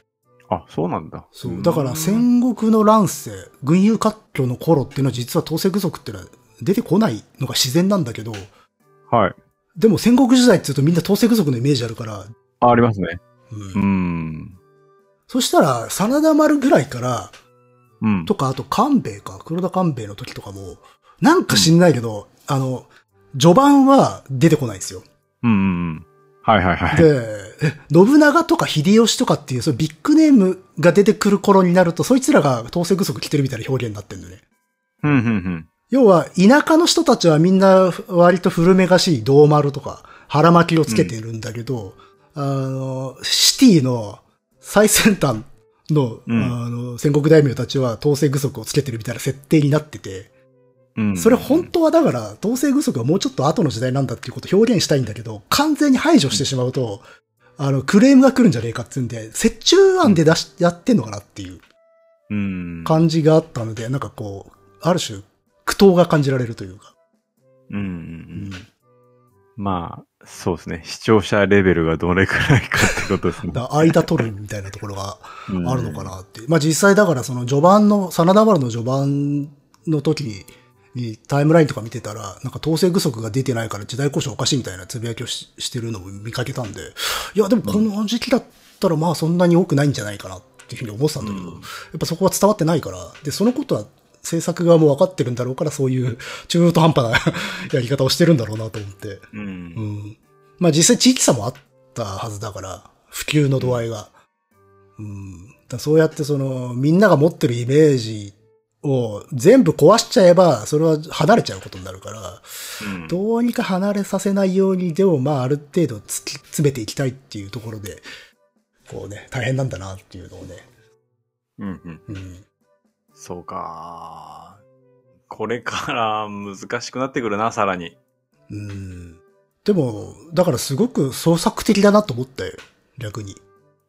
あ、そうなんだ。そんう。だから、戦国の乱世、軍友割拠の頃っていうのは実は統制不足っていうのは出てこないのが自然なんだけど、はい。でも戦国時代って言うとみんな統制不足のイメージあるから、あありますね。うんうん。そしたら、真田丸ぐらいから、うん。とか、あと官兵衛か、黒田官兵衛の時とかも、なんか知んないけど、あの、序盤は出てこないんですよ。うんうんうん。はいはいはい。で、え信長とか秀吉とかっていう、そういうビッグネームが出てくる頃になると、そいつらが統制不足来てるみたいな表現になってんだよね。うんうんうん。要は、田舎の人たちはみんな割と古めかしい銅丸とか腹巻きをつけてるんだけど、あの、シティの最先端の,、うんあの戦国大名たちは統制具足をつけてるみたいな設定になってて、うん、それ本当はだから統制具足はもうちょっと後の時代なんだっていうことを表現したいんだけど、完全に排除してしまうと、あの、クレームが来るんじゃねえかっていうんで、折衷案で出し、やってんのかなっていううん。感じがあったので、なんかこう、ある種、苦闘が感じられるというか。うんうんううんん。まあ、そうですね。視聴者レベルがどれくらいかってことですね。だから間取るみたいなところがうんあるのか。なっていう。まあ実際だからその序盤の、真田丸の序盤の時に、にタイムラインとか見てたら、なんか統制具足が出てないから時代交渉おかしいみたいなつぶやきをししてるのを見かけたんで、いやでもこの時期だったらまあそんなに多くないんじゃないかなっていうふうに思ってたんだけど、うんやっぱそこは伝わってないから、で、そのことは制作側も分かってるんだろうから、そういう中途半端な やり方をしてるんだろうなと思って。う。うんん。まあ実際地域差もあったはずだから、普及の度合いが。うん。だからそうやってその、みんなが持ってるイメージを全部壊しちゃえば、それは離れちゃうことになるから、うんどうにか離れさせないように、でもまあある程度突き詰めていきたいっていうところで、こうね、大変なんだなっていうのをね。うんうん。うん。そうか。これから難しくなってくるな、さらに。うん。でも、だからすごく創作的だなと思ったよ。逆に。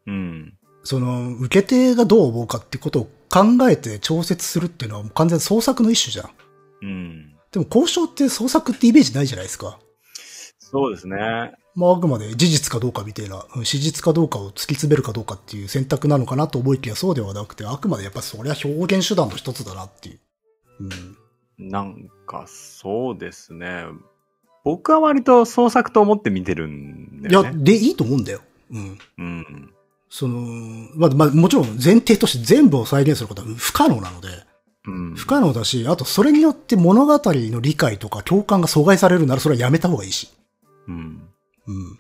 うん。その、受け手がどう思うかってことを考えて調節するっていうのはもう完全に創作の一種じゃん。うん。でも交渉って創作ってイメージないじゃないですか。そうですね。まああくまで事実かどうかみたいな、うん史実かどうかを突き詰めるかどうかっていう選択なのかなと思いきやそうではなくて、あくまでやっぱそれは表現手段の一つだなっていう。うん。なんか、そうですね。僕は割と創作と思って見てるんだいやよ、ね。で、いいと思うんだよ。うん。うん。その、まあ、まあ、もちろん前提として全部を再現することは不可能なので、うん。不可能だし、あとそれによって物語の理解とか共感が阻害されるならそれはやめた方がいいし。うん。うん。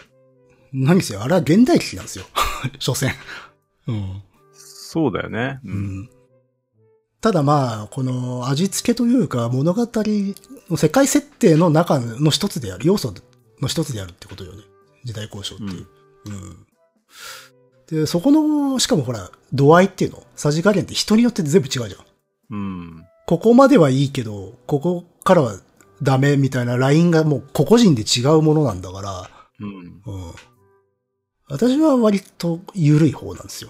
何せあれは現代劇なん ですよ。所詮。うん。そうだよね。う。うんん。ただまあ、この味付けというか物語の世界設定の中の一つである、要素の一つであるってことよね。時代交渉っていう。うん。で、そこの、しかもほら、度合いっていうの、さじ加減って人によって全部違うじゃん。うん。ここまではいいけど、ここからはダメみたいなラインがもう個々人で違うものなんだかうん。ら、うん。私は割と緩い方なんですよ。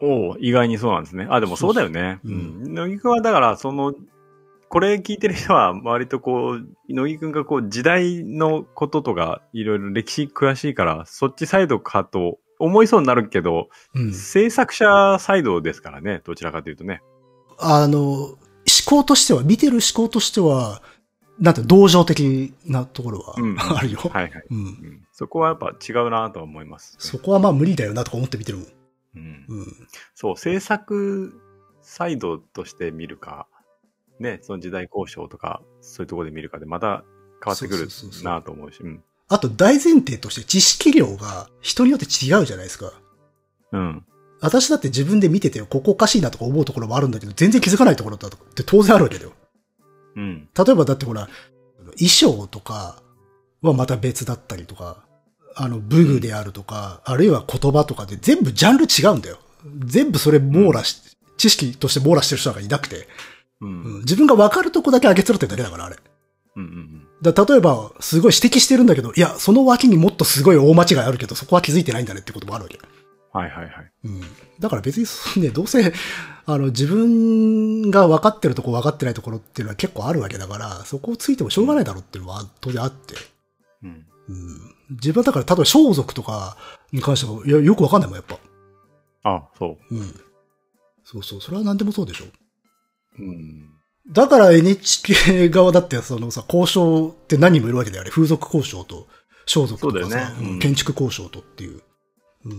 おう意外にそうなんですね。あ、でもそうだよね。。そうそうううん乃木くんはだから、その、これ聞いてる人は、割とこう、乃木くんがこう、時代のこととか、いろいろ歴史詳しいから、そっちサイドかと思いそうになるけど、うん。制作者サイドですからね、どちらかというとね。あの、思考としては、見てる思考としては、なんて、同情的なところはうんあるよ。はいはい。うん。うんそこはやっぱ違うなとは思います。そこはまあ無理だよなとか思って見てるもん。うんうん。そう、制作サイドとして見るか、ね、その時代交渉とか、そういうところで見るかで、また変わってくるそうそうそうそうなと思うし、うん。あと、大前提として知識量が人によって違うじゃないですか。うん。私だって自分で見てて、ここおかしいなとか思うところもあるんだけど、全然気づかないところだとかって当然あるわけだよ。うん。例えばだってほら、衣装とかはまた別だったりとか、あの、武具であるとか、あるいは言葉とかで全部ジャンル違うんだよ。全部それ網羅し、知識として網羅してる人なんかいなくて、うん。ううんん。自分が分かるとこだけ上げつらってるだけだから、あれ。うん。だから例えば、すごい指摘してるんだけど、いや、その脇にもっとすごい大間違いあるけど、そこは気づいてないんだねってこともあるわけ。はいはいはい。うん。だから別にそうね、どうせ、あの、自分が分かってるとこ分かってないところっていうのは結構あるわけだから、そこをついてもしょうがないだろうっていうのは当然あって。うん。うん。自分はだから、例えば装束とかに関しても、いや、よく分かんないもん、やっぱ。あ、そうん。そうそう、それは何でもそうでしょ。う。うん。だから NHK 側だって、そのさ、交渉って何人もいるわけだよね。風俗交渉と、装束とかそうだよさね、うんうん建築交渉とっていう。うん。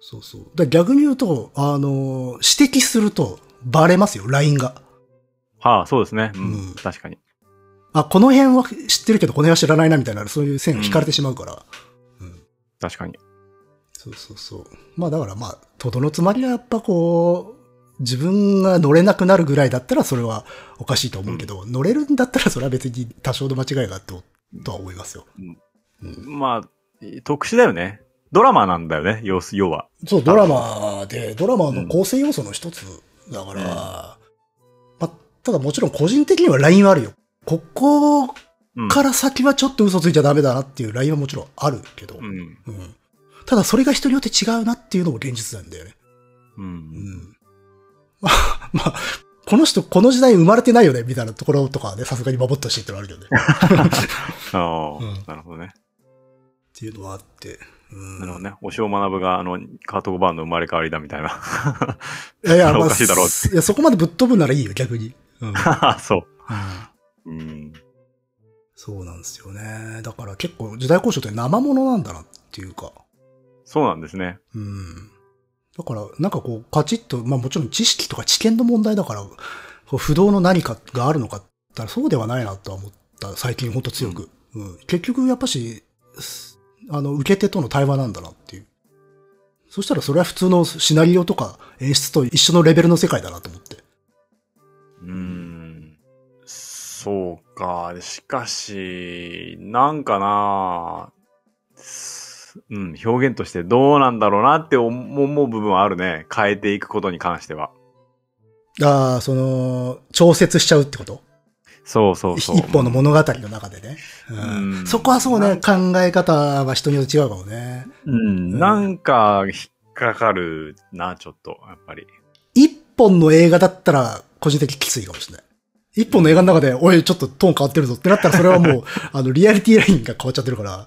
そうそう。だから逆に言うと、あのー、指摘するとバレますよ、ラインが。はあ、そうですね。ううんん。確かに。あ、この辺は知ってるけど、この辺は知らないな、みたいな、そういう線を引かれてしまうから。確かに。そうそうそう。まあだからまあ、とどのつまりはやっぱこう、自分が乗れなくなるぐらいだったらそれはおかしいと思うけど、乗れるんだったらそれは別に多少の間違いがあってもとは思いますよ。まあ、特殊だよね。ドラマなんだよね、要す、要は。そう、ドラマで、ドラマうのん構成要素の一つだから、まあ、ただもちろん個人的にはラインはあるよ。ここうん。から先はちょっと嘘ついちゃダメだなっていうラインはもちろんあるけど、ううんん。ただそれが人によって違うなっていうのも現実なんだよね。う。うんんまあ、まあ、この人、この時代生まれてないよね、みたいなところとかはね、さすがに守ってほしいってのはあるけどね。 ああ、うんなるほどね。っていうのはあって。うんなるほどね。押尾学が、あの、カート・コバーンの生まれ変わりだみたいな。 いやいや、おまあ、かしいだろうっいや、そこまでぶっ飛ぶならいいよ、逆に。 うんそうんう。うん。そうなんですよね。だから結構、時代交渉って生物なんだなっていうか。そうなんですね。うん。だから、なんかこう、カチッと、まあもちろん知識とか知見の問題だから、こう不動の何かがあるのかって言ったらそうではないなとは思った、最近ほんと強く。うん。結局、やっぱし、すあの、受け手との対話なんだなっていう。そしたらそれは普通のシナリオとか演出と一緒のレベルの世界だなと思って。うーん。そうか。しかし、なんかなすうん、表現としてどうなんだろうなって思思う部分はあるね。変えていくことに関しては。ああ、その、調節しちゃうってことそうそうそう。一本の物語の中でね。うんうんそこはそうなねん、考え方は人によって違うかもね。うん。なんか、引っかかるな、ちょっと、やっぱり。一本の映画だったら、個人的にきついかもしれない。一本の映画の中で、おい、ちょっとトーン変わってるぞってなったら、それはもう、あの、リアリティラインが変わっちゃってるから。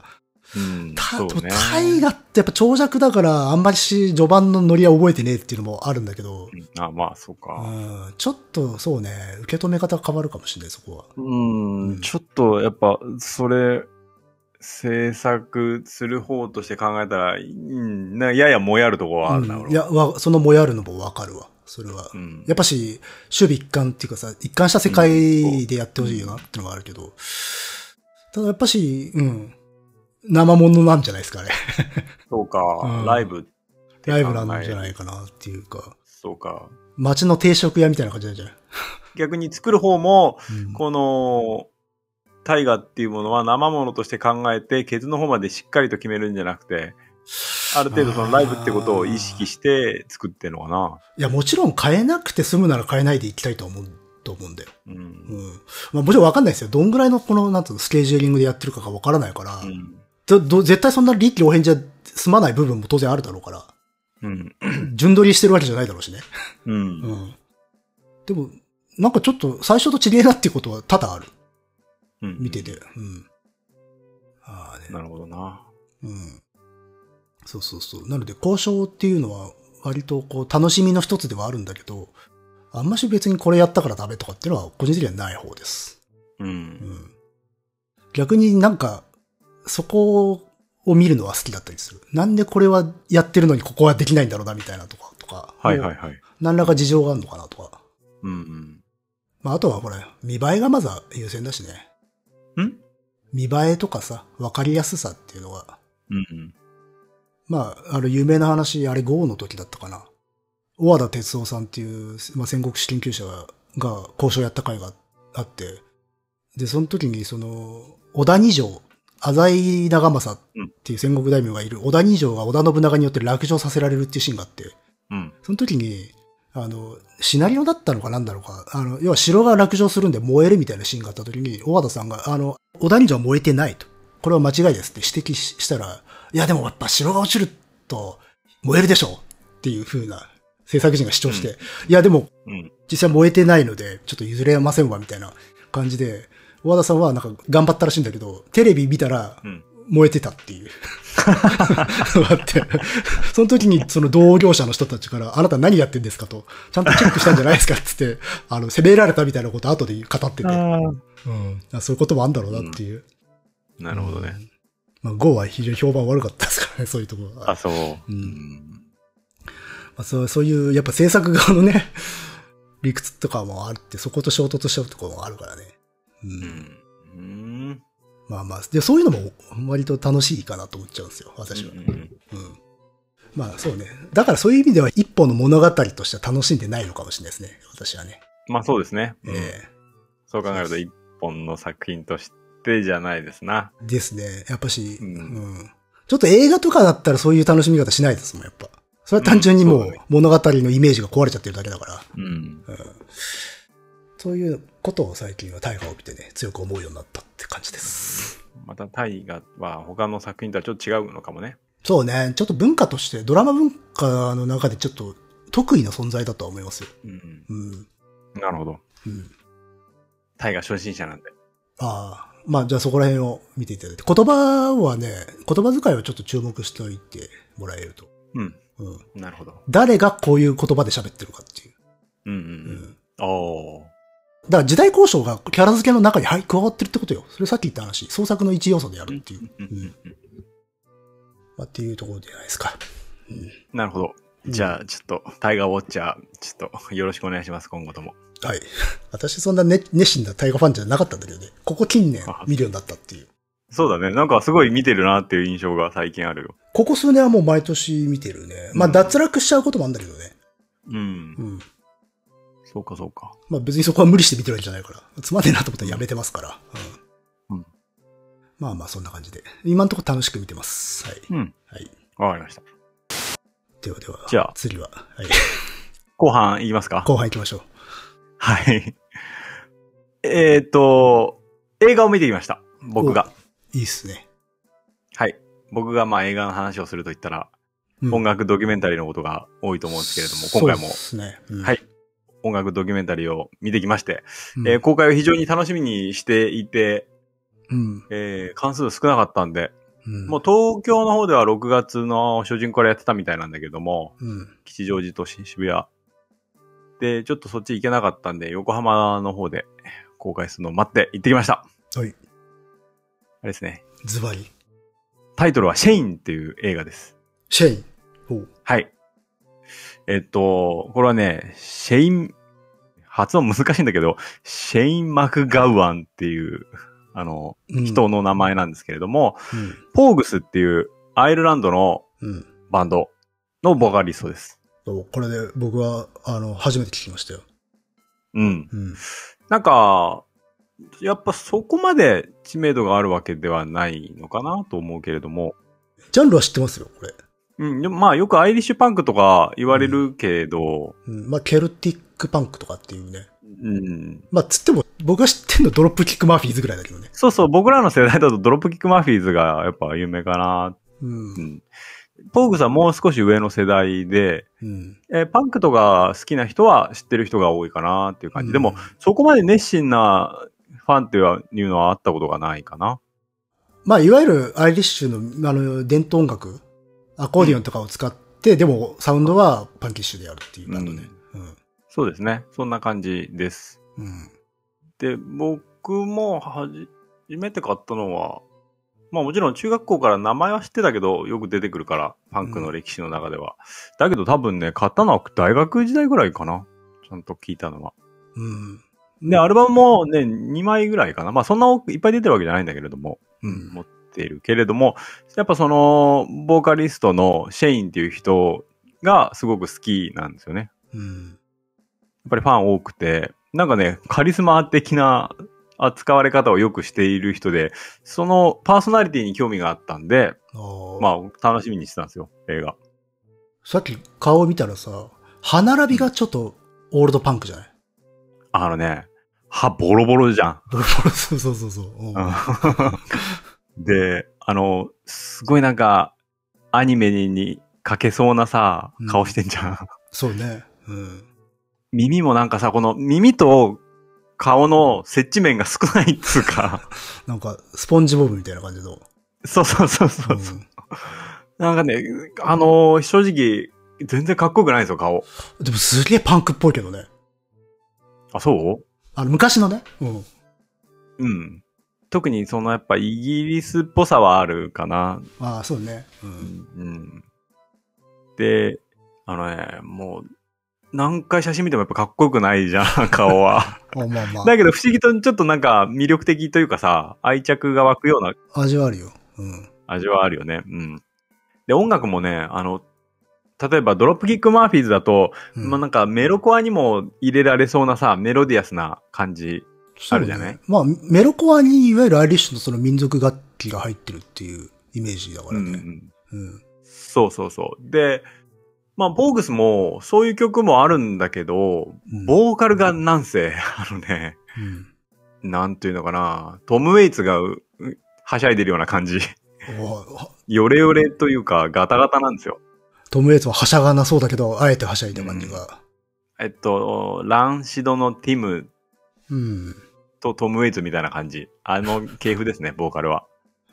うん。た、そうでもね。大河ってやっぱ長尺だから、あんまりし序盤のノリは覚えてねえっていうのもあるんだけうど、んあ、まあ、そうか。うん、ちょっとそうね、受け止め方変わるかもしれない、そこは。うーうんん、ちょっとやっぱ、それ、制作する方として考えたら、うん、なややもやるとこはあるな、うん、俺いや、わそのもやるのもわかるわ、それは。うんやっぱし、守備一貫っていうかさ、一貫した世界でやってほしいよなってのがあるけど、ただやっぱし、うん、生物なんじゃな いですかね。そうか、うんライブって考ラえイブなんじゃないかなっていうか、そうか。街の定食屋みたいな感じなんじゃない、逆に作る方も、うんこの、大河っていうものは生ものとして考えて、ケツの方までしっかりと決めるんじゃなくて、ある程度そのライブってことを意識して作ってるのかな。いや、もちろん変えなくて済むなら変えないでいきたいと思う、と思うんだよ。うん。うん。まあもちろんわかんないですよ。どんぐらいのこの、なんつうの、スケジューリングでやってるかがわからないから、うん。どど絶対そんな臨機応変じゃ済まない部分も当然あるだろ うから、うん。順取りしてるわけじゃないだろうしね。う。うんん。でも、なんかちょっと最初と違えなっていうことは多々ある。うん見てて。うん。ああね。なるほどな。うん。そうそうそう。なので、交渉っていうのは、割とこう、楽しみの一つではあるんだけど、あんまし別にこれやったからダメとかっていうのは、個人的にはない方です。う。うんん。逆になんか、そこを見るのは好きだったりする。なんでこれはやってるのにここはできないんだろうな、みたいなとか、とか。はいはい。はい。何らか事情があるのかなとか。うん。まあ、あとはほら、見栄えがまずは優先だしね。うん見栄えとかさ、わかりやすさっていうのが、うん。まあ、あの、有名な話、あれ、豪雨の時だったかな。小和田哲夫さんっていう、まあ、戦国史研究者がが交渉やった回があって、で、その時に、その、織田二条、浅井長政っていう戦国大名がいる、織田二条が織田信長によって落城させられるっていうシーンがあって、うん。その時に、あの、シナリオだったのかなんだろうか、あの、要は城が落城するんで燃えるみたいなシーンがあった時に、小和田さんが、あの、小谷城は燃えてないと。これは間違いですって指摘ししたら、いやでもやっぱ城が落ちると燃えるでしょうっていう風な制作人が主張して、ういやでもうん。実際燃えてないので、ちょっと譲れませんわみたいな感じで、小和田さんはなんか頑張ったらしいんだけど、テレビ見たら、うん。燃えてたっていう。あって。その時にその同業者の人たちから、あなた何やってんですかと、ちゃんとチェックしたんじゃないですかっつって、あの、責められたみたいなこと後で語ってて、うんあそういうこともあんだろうなっていう。なるほどね。まあ、GO は非常に評判悪かったですからね、そういうところは。あ、そう。ううんん。まあ、そうそういう、やっぱ制作側のね、 理屈とかもあって、そこと衝突しちゃうところもあるからね。う、うんん。うん。まあまあ、で、そういうのも割と楽しいかなと思っちゃうんですよ、私は。うんうん。まあそうね。だからそういう意味では一本の物語としては楽しんでないのかもしれないですね。私はね。まあそうですね。うんえそう考えると一本の作品としてじゃないですな。えですね。やっぱし、う、うんんちょっと映画とかだったらそういう楽しみ方しないですもん、やっぱ。それは単純にもうんそううだね物語のイメージが壊れちゃってるだけだから。うん。そういうことを最近は大河を見てね、強く思うようになったって感じです。また大河は他の作品とはちょっと違うのかもね。そうね。ちょっと文化として、ドラマ文化の中でちょっと得意な存在だとは思いますよ。うん。うん。なるほど。うん。大河初心者なんで。ああ。まあ、じゃあそこら辺を見ていただいて。言葉はね、言葉遣いをちょっと注目しておいてもらえると。うん。うん。なるほど。誰がこういう言葉で喋ってるかっていう。うんううんん。うん。おー。だから時代交渉がキャラ付けの中にはい加わってるってことよ。それさっき言った話。創作の一要素でやるっていう。うんうん。まあ、っていうところじゃないですか。なるほど。じゃあ、ちょっと、タイガーウォッチャー、ちょっと、よろしくお願いします、今後とも。はい。私そんな、ね、熱心なタイガーファンじゃなかったんだけどね。ここ近年見るようになったっていう。そうだね。なんかすごい見てるなっていう印象が最近あるよ。ここ数年はもう毎年見てるね。まあ、脱落しちゃうこともあるんだけどね。うんう。ん。そうか、そうか。まあ別にそこは無理して見てるわけじゃないから。つまんねえなと思ったらやめてますから。うん。うんまあまあそんな感じで。今んとこ楽しく見てます。はい。うん。はい。わかりました。ではでは。じゃあ次は。はい。後半いきますか後半行きましょう。はい。えっ、と、映画を見てきました。僕が。いいっすね。はい。僕がまあ映画の話をすると言ったら、うん音楽ドキュメンタリーのことが多いと思うんですけれども、今回そうもですね。うんはい音楽ドキュメンタリーを見てきまして、うんえー公開を非常に楽しみにしていて、うん。えー関数少なかったんで、うん。もう東京の方では6月の初旬からやってたみたいなんだけども、うん。吉祥寺と新渋谷。で、ちょっとそっち行けなかったんで、横浜の方で公開するのを待って行ってきました。はい。あれですね。ズバリ。タイトルはシェインっていう映画です。シェイン。ほう。はい。えっと、これはね、シェイン、発音難しいんだけど、シェイン・マクガウアンっていう、あの、うん。人の名前なんですけれども、うん。ポーグスっていうアイルランドのうん。バンドのボーカリストです。そうこれで僕は、あの、初めて聞きましたよ。うん。うん。なんか、やっぱそこまで知名度があるわけではないのかなと思うけれども、ジャンルは知ってますよ、これ。うん、でもまあよくアイリッシュパンクとか言われるけど、うん、まあ、ケルティックパンクとかっていうね。うん。まあ、つっても、僕が知ってんのドロップキックマーフィーズぐらいだけどね。そうそう、僕らの世代だとドロップキックマフィーズがやっぱ有名かな。うんう。ん。ポーグさんもう少し上の世代で、うん。えーパンクとか好きな人は知ってる人が多いかなっていう感じ。でも、、そこまで熱心なファンっていうのはあったことがないかな。まあ、いわゆるアイリッシュの、あの、伝統音楽、アコーディオンとかを使って、でも、サウンドはパンキッシュでやるっていうバンドね。うん。そうですね。そんな感じです。うん。で、僕もはじ初めて買ったのは、まあもちろん中学校から名前は知ってたけど、よく出てくるから、パンクの歴史の中では。だけど多分ね、買ったのは大学時代ぐらいかな。ちゃんと聞いたのは。うん。で、アルバムもね、2枚ぐらいかな。まあそんな多くいっぱい出てるわけじゃないんだけれども、うん持っているけれども、やっぱその、ボーカリストのシェインっていう人がすごく好きなんですよね。うん。やっぱりファン多くて、なんかね、カリスマ的な扱われ方をよくしている人で、そのパーソナリティに興味があったんで、ああ。まあ、楽しみにしてたんですよ、映画。さっき顔を見たらさ、歯並びがちょっとオールドパンクじゃないあのね、歯ボロボロじゃん。 ドロボロ、そうそうそうそう。うんうんで、あの、すごいなんか、アニメにかけそうなさうん、顔してんじゃん。そうね。うん。耳もなんかさ、この耳と顔の接地面が少ないっつうか。 なんか、スポンジボブみたいな感じの。そうそうそうそうそう。なんかね、あのー正直、全然かっこよくないんですよ、顔。うんでもすげえパンクっぽいけどね。あ、そうあの、昔のね。うん。うん。特にそのやっぱイギリスっぽさはあるかな。ああ、そうね。う。うんん。で、あのね、もう、何回写真見てもやっぱかっこよくないじゃん、顔 は。あまあまだけど不思議とちょっとなんか魅力的というかさ、愛着が湧くようなあ、味はあるよ。うん。味はあるよね。うん。で、音楽もね、あの、例えばドロップキックマーフィーズだと、うんまあなんかメロコアにも入れられそうなさ、メロディアスな感じ。そうあるねじゃないまあ、メロコアにいわゆるアイリッシュのその民族楽器が入ってるっていうイメージだからうんうね。んうん。そうそうそう。で、まあ、ボーグスもそういう曲もあるんだけど、うんボーカルがなんせ、 あのね、なんていうのかな、トム・ウェイツがううはしゃいでるような感じ。 うんおはヨレヨレというか、ガタガタなんですよ。トム・エイツははしゃがなそうだけど、あえてはしゃいだ感じが。えっと、ランシドのティムうん。とトム・ウェイツみたいな感じ。あの系譜ですね、ボーカルは。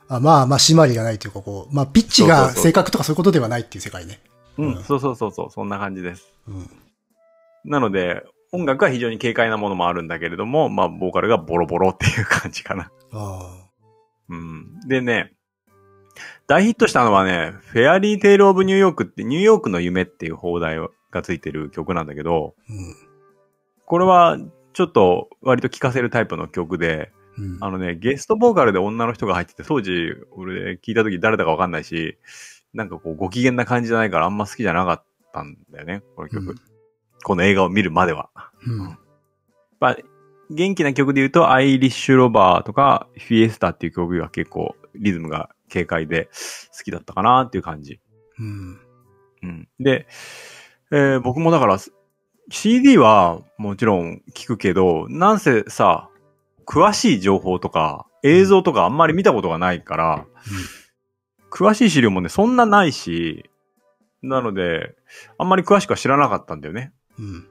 あまあまあ、締まりがないというか、こう、まあ、ピッチそうがそうそう正確とかそういうことではないっていう世界ね。うん、うんそうそうそうそう、そんな感じです。うん。なので、音楽は非常に軽快なものもあるんだけれども、まあ、ボーカルがボロボロっていう感じかな。あうん。でね、大ヒットしたのはね、フェアリーテイルオブニューヨークって、ニューヨークの夢っていう放題がついてる曲なんだけど、あ。うん。これはちょっと割と聴かせるタイプの曲で、うん。あのね、ゲストボーカルで女の人が入ってて、当時俺聞いた時誰だかわかんないし、なんかこうご機嫌な感じじゃないからあんま好きじゃなかったんだよね、この曲。うんこの映画を見るまでは。うん。まあ、元気な曲で言うと、アイリッシュロバーとか、フィエスタっていう曲が結構リズムが軽快で好きだったかなっていう感じ。うん。うん。で、えー僕もだから、CD はもちろん聞くけど、なんせさ、詳しい情報とか映像とかあんまり見たことがないから、詳しい資料もね、そんなないし、なので、あんまり詳しくは知らなかったんだよね。うん。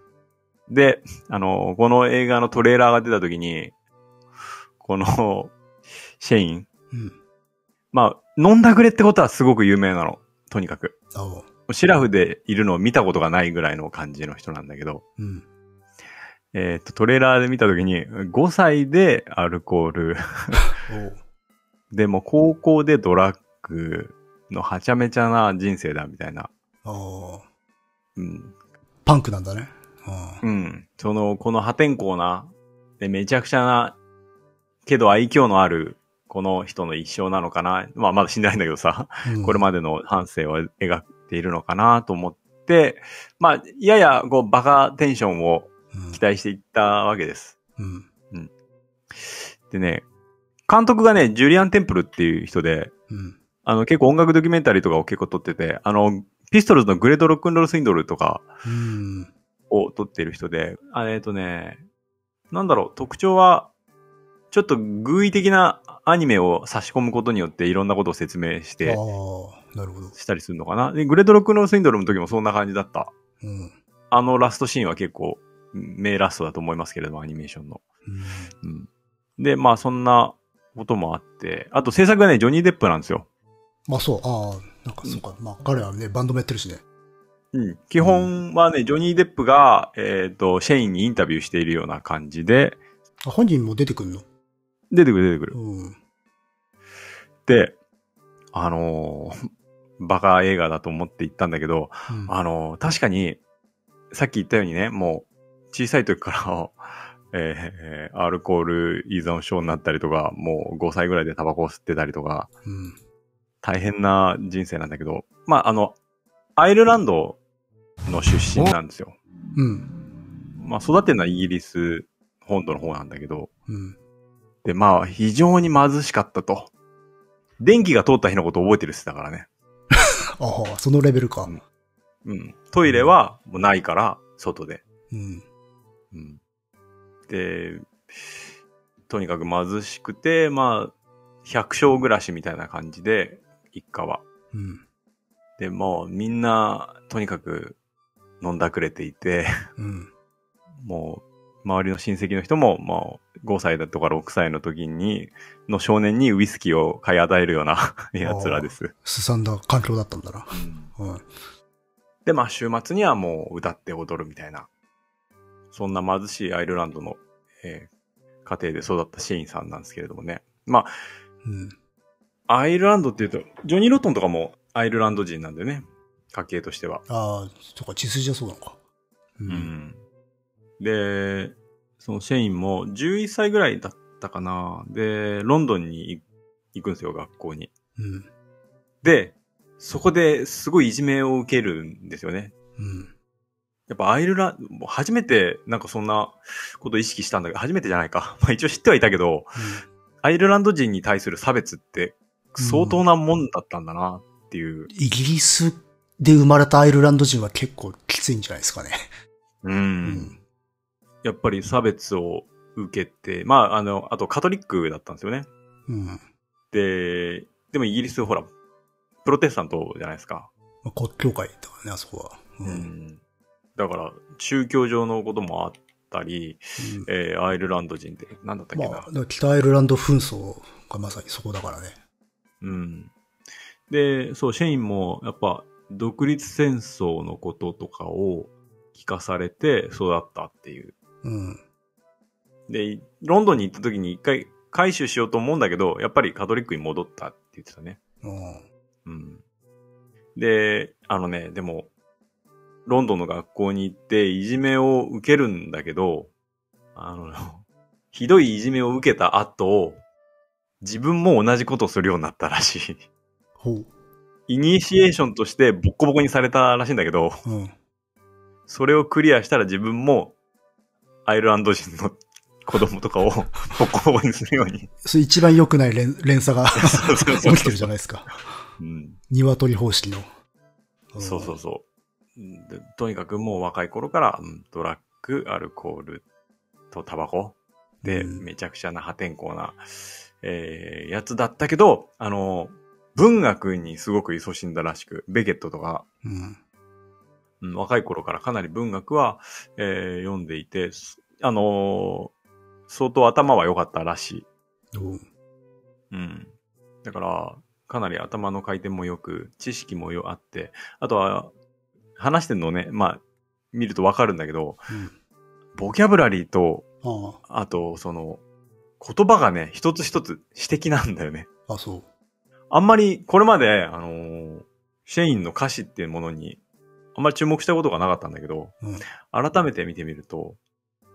で、あの、この映画のトレーラーが出た時に、この、シェイン。うん。まあ、飲んだくれってことはすごく有名なの。とにかく。あおう。シラフでいるのを見たことがないぐらいの感じの人なんだけど、うん。えーっと、トレーラーで見た時に、5歳でアルコール、おう。でも高校でドラッグのはちゃめちゃな人生だ、みたいな。ああ。うん。パンクなんだね。ああ。うん。その、この破天荒な、で、めちゃくちゃな、けど愛嬌のある、この人の一生なのかな。まあ、まだ死んでないんだけどさ、うんこれまでの反省を描っているのかなと思って、まあ、やや、こう、バカテンションをうん期待していったわけです。うん。でね、監督がね、ジュリアン・テンプルっていう人で、うん。あの、結構音楽ドキュメンタリーとかを結構撮ってて、あの、ピストルズのグレートロックンロールスインドルとかうん。を撮っている人で、あえっ、とね、なんだろう、特徴は、ちょっと偶意的なアニメを差し込むことによっていろんなことを説明しあて、あ、なるほど。したりするのかな。で、グレートロックンロールスインドルの時もそんな感じだった。うん。うんあのラストシーンは結構、うん名ラストだと思いますけれども、アニメーションの。うん。で、まあそんなこともあって、あと制作がね、ジョニー・デップなんですよ。まあそう、ああ、なんかそうか。まあ彼はね、バンドもやってるしね。うん。基本はね、ジョニー・デップが、えっ、と、シェインにインタビューしているような感じで、あ、本人も出てくんの出てくる出てくる。うん。で、あのー バカ映画だと思って行ったんだけど、うんあのー確かに、さっき言ったようにね、もう、小さい時から、 えーアルコール依存症になったりとか、もう5歳ぐらいでタバコを吸ってたりとか、うん。大変な人生なんだけど、まあ、あの、アイルランドの出身なんですよ。うん。まあ、育てるのはイギリス本土の方なんだけど、うん。で、まあ、非常に貧しかったと。電気が通った日のことを覚えてるっつってたからね。ああ、そのレベルか。うん。トイレはもうないから、外で。うん。うん。で、とにかく貧しくて、まあ、百姓暮らしみたいな感じで、一家は。うん。で、もうみんな、とにかく飲んだくれていて、 うん。もう、周りの親戚の人も、もう、5歳だとか6歳の時に、の少年にウイスキーを買い与えるような 奴らです。すさんだ環境だったんだな。うん。で、まあ、週末にはもう歌って踊るみたいな、そんな貧しいアイルランドの、えー家庭で育ったシェインさんなんですけれどもね。まうん。あ、アイルランドって言うと、ジョニー・ロットンとかもアイルランド人なんでね、家系としては。ああ、そうか、血筋はそうなのか。うう。んで、そのシェインも11歳ぐらいだったかな。で、ロンドンに行くんですよ、学校に。うん。で、そこですごいいじめを受けるんですよね。うん。やっぱアイルランもう初めてなんかそんなこと意識したんだけど、初めてじゃないか。 まあ一応知ってはいたけど、アイルランド人に対する差別って相当なもんだったんだなっていう。イギリスで生まれたアイルランド人は結構きついんじゃないですかね。うん。う。やっぱり差別を受けて、まああの、あとカトリックだったんですよね。うん。まで、でもイギリスほら、プロテスタントじゃないですか。あ国教会とかね、あそこは。う。うんんだから、宗教上のこともあったり、えーアイルランド人って、なんだったっまけあな。、だから北アイルランド紛争がまさにそこだからね。うん。で、そう、シェインも、やっぱ、独立戦争のこととかを聞かされて育ったっていう。うん。で、ロンドンに行った時に一回回収しようと思うんだけど、やっぱりカトリックに戻ったって言ってたね。うん。うん。で、あのね、でも、ロンドンの学校に行っていじめを受けるんだけど、あの、ひどいいじめを受けた後、自分も同じことをするようになったらしほう。い。イニシエーションとしてボッコボコにされたらしいんだけど、うん。それをクリアしたら自分もアイルランド人の子供とかを ボッコボコにするように。それ一番良くない連連鎖が そうそう 起きてるじゃないですか。うん鶏方式の。んそうそうそう。でとにかくもう若い頃から、うんドラッグ、アルコールとタバコで、うんめちゃくちゃな破天荒な、えーやつだったけど、あの、文学にすごく勤しんだらしく、ベケットとか、うん。うん若い頃からかなり文学は、えー読んでいて、すあのー相当頭は良かったらしうん。い。うん。だから、かなり頭の回転も良く、知識もよあって、あとは、話してんのをね、まあ、見るとわかるんだけど、うんボキャブラリーと、ああと、その、言葉がね、一つ一つ詩的なんだよね。あ、あそう。あんまり、これまで、あのーシェインの歌詞っていうものに、あんまり注目したことがなかったんだけど、うん改めて見てみると、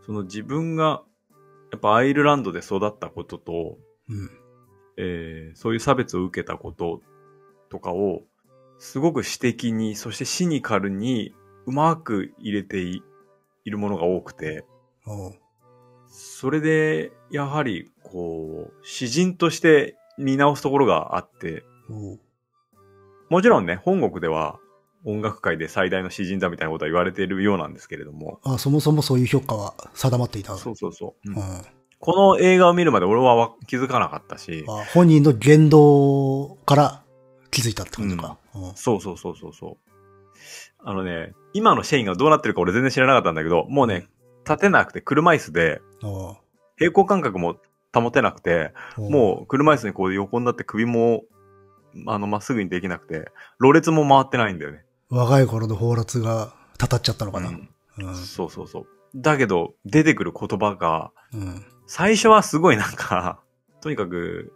その自分が、やっぱアイルランドで育ったことと、うん。えーそういう差別を受けたこととかを、すごく詩的に、そしてシニカルに、うまく入れていいるものが多くて、ああそれで、やはり、こう、詩人として見直すところがあって、おうもちろんね、本国では音楽界で最大の詩人だみたいなことは言われているようなんですけれども。あ、そもそもそういう評価は定まっていた。そうそうそう。うんうん。この映画を見るまで俺はわ気づかなかったし、あ本人の言動から気づいたって感じか。うんそうそうそうそうそう。あのね、今のシェインがどうなってるか俺全然知らなかったんだけど、もうね、立てなくて車椅子で、あ平行感覚も保てなくて、うんもう車椅子にこう横になって首も、あの、まっすぐにできなくて、ろれつも回ってないんだよね。若い頃の放辣がたたっちゃったのかな。ううんん。そうそうそう。だけど、出てくる言葉が、うん。最初はすごいなんか、 とにかく、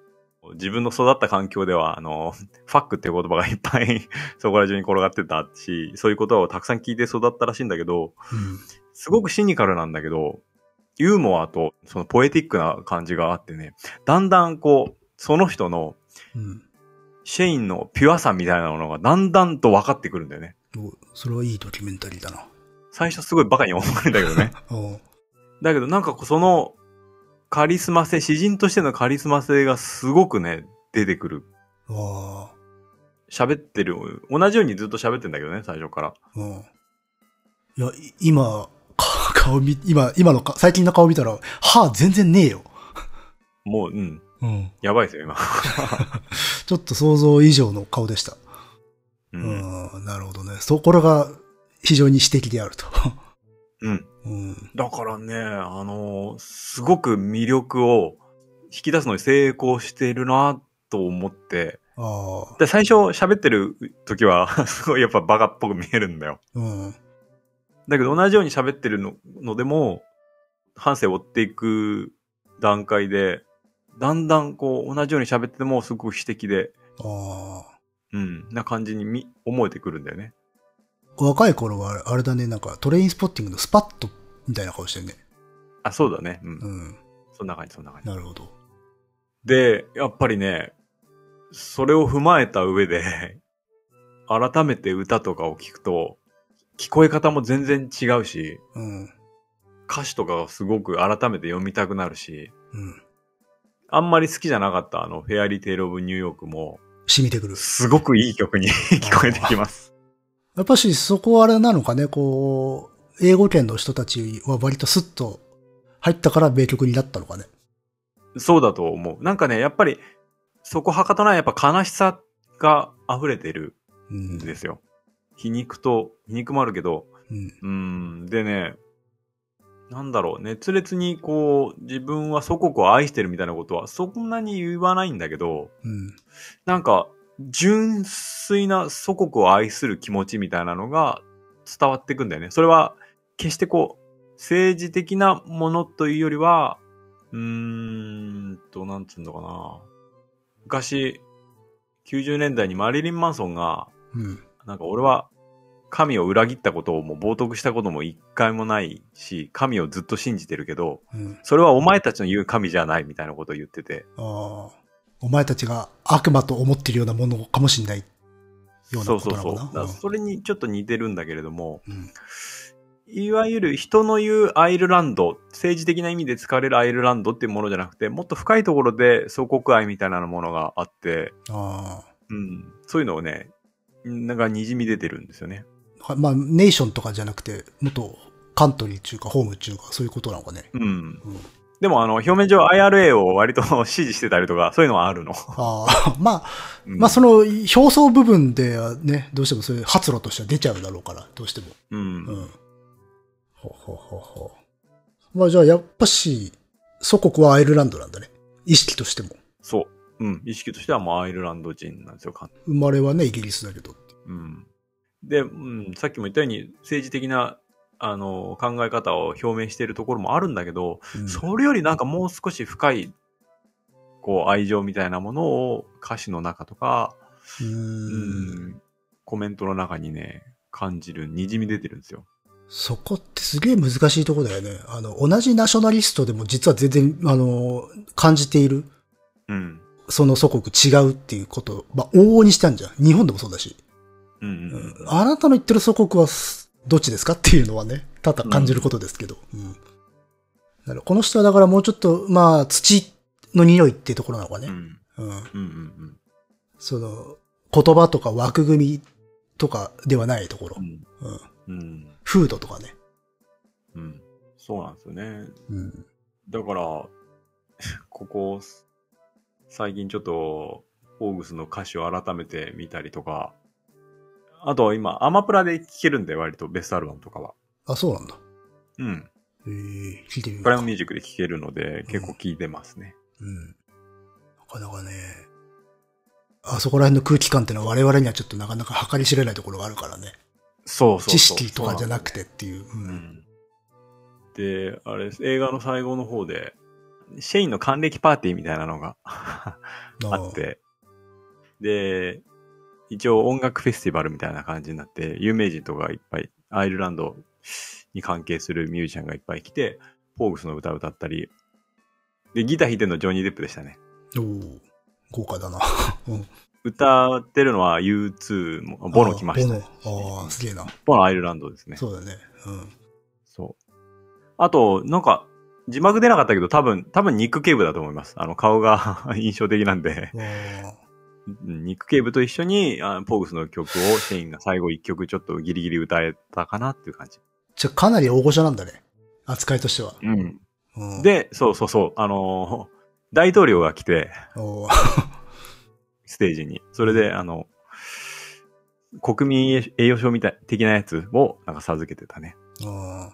自分の育った環境では、あの、 ファックっていう言葉がいっぱい そこら中に転がってたし、そういう言葉をたくさん聞いて育ったらしいんだけど、うんすごくシニカルなんだけど、ユーモアとそのポエティックな感じがあってね、だんだんこう、その人のうん。シェインのピュアさみたいなものがだんだんと分かってくるんだよね。おそれはいいドキュメンタリーだな。最初すごいバカに思うんだけどね。うんだけどなんかこうそのカリスマ性、詩人としてのカリスマ性がすごくね、出てくる。あ喋ってる。同じようにずっと喋ってんだけどね、最初から。あ。うん。いや、い今、か顔見、今、今のか、最近の顔見たら、歯全然ねえよ。もう、うん。うん。やばいですよ、今。ちょっと想像以上の顔でした。う。うんん。なるほどね。そこらが非常に私的であると。うん。うん。だからね、あのすごく魅力を引き出すのに成功しているなと思って。ああ。で、最初喋ってる時は、 すごいやっぱバカっぽく見えるんだよ。うん。だけど同じように喋ってるののでも、反省を追っていく段階で、だんだんこう同じように喋っててもすごく私的で、ああ。うん、な感じにみ思えてくるんだよね。若い頃はあれだね、なんかトレインスポッティングのスパッとみたいな顔してるね。あ、そうだね。うん。うん。そんな感じ、そんな感じ。なるほど。で、やっぱりね、それを踏まえた上で、 改めて歌とかを聞くと、聞こえ方も全然違うし、うん。歌詞とかをすごく改めて読みたくなるし、うん。あんまり好きじゃなかったあの、フェアリーテイル・オブ・ニューヨークも、染みてくる。すごくいい曲に 聞こえてきます。やっぱしそこはあれなのかね、こう、英語圏の人たちは割とスッと入ったから名曲になったのかね。そうだと思う。なんかね、やっぱり、そこはかたないやっぱ悲しさが溢れてるうんん。ですよ。皮肉と、皮肉もあるけど、うん。うーん、でね、なんだろう、熱烈にこう、自分は祖国を愛してるみたいなことはそんなに言わないんだけど、うん。なんか、純粋な祖国を愛する気持ちみたいなのが伝わってくんだよね。それは、決してこう、政治的なものというよりは、うーんと、なんつうのかな。昔、90年代にマリリン・マンソンが、うん。なんか俺は、神を裏切ったことをもう冒涜したことも一回もないし、神をずっと信じてるけど、うん。それはお前たちの言う神じゃないみたいなことを言ってて、ああ。お前たちが悪魔と思ってるようなものかもしれないようなそうこそうとなそう。のだかかな。らそれにちょっと似てるんだけれども、うんうんいわゆる人の言うアイルランド、政治的な意味で使われるアイルランドっていうものじゃなくて、もっと深いところで祖国愛みたいなものがあって、あうん、そういうのをね、なんか滲み出てるんですよね。あ。まあ、ネーションとかじゃなくて、もっとカントリーっていうか、ホームっていうか、そういうことなのかね。うん。うんでもあの、表面上 IRA を割と 支持してたりとか、そういうのはあるの。ああ、 まあ、うんまあその表層部分ではね、どうしてもそういう発露としては出ちゃうだろうから、どうしても。う。うんん。ほうほうほうほう。まあじゃあやっぱし、祖国はアイルランドなんだね。意識としても。そう。うん。意識としてはもうアイルランド人なんですよ、完生まれはね、イギリスだけど。うん。で、うん、さっきも言ったように政治的なあの考え方を表明しているところもあるんだけど、うんそれよりなんかもう少し深いこう愛情みたいなものを歌詞の中とか、ううーん。んコメントの中にね、感じる、にじみ出てるんですよ。そこってすげえ難しいとこだよね。あの、同じナショナリストでも実は全然、あの、感じている、うん。その祖国違うっていうこと、まあ往々にしたんじゃん。日本でもそうだし。うんうんううんんあなたの言ってる祖国はすどっちですかっていうのはね、ただ感じることですけど。うんなるこの人はだからもうちょっと、まあ、土の匂いっていうところなのかうね。んうんうんうんその、言葉とか枠組みとかではないところう。ん。ううん。ん。フードとかね。うん。そうなんですよね。うん。だから、 ここ、最近ちょっと、オーグスの歌詞を改めて見たりとか、あと今、アマプラで聴けるんで、割とベストアルバムとかは。あ、そうなんだ。うん。えー、聞いてみようプか。ライムミュージックで聴けるので、ん結構聴いてますね。うん。なかなかね、あそこら辺の空気感ってのは我々にはちょっとなかなか計り知れないところがあるからね。そうそうそう。知識とかじゃなくてっていう。う。うんん。で、あれです、映画の最後の方で、シェインの還暦パーティーみたいなのがあなって、で、一応音楽フェスティバルみたいな感じになって、有名人とかいっぱい、アイルランドに関係するミュージシャンがいっぱい来て、ポーグスの歌を歌ったり、で、ギター弾いてるのジョニー・デップでしたね。おー豪華だな。うん。歌ってるのは U2 も、 ボノ来ましたね。あーボ ノあー、すげえな。ボノアイルランドですね。そうだね。うん。そう。あと、なんか、字幕出なかったけど、多分、多分ニック・ケイブだと思います。あの、顔が 印象的なんで、あうんニック・ケイブと一緒に、あポーグスの曲をシェインが最後一曲ちょっとギリギリ歌えたかなっていう感じ。じゃかなり大御所なんだね。扱いとしては。うん。うん、、で、そうそうそう、あのー大統領が来て、おーステージに。それで、あの、国民栄誉賞みたい、的なやつを、なんか授けてたね。あ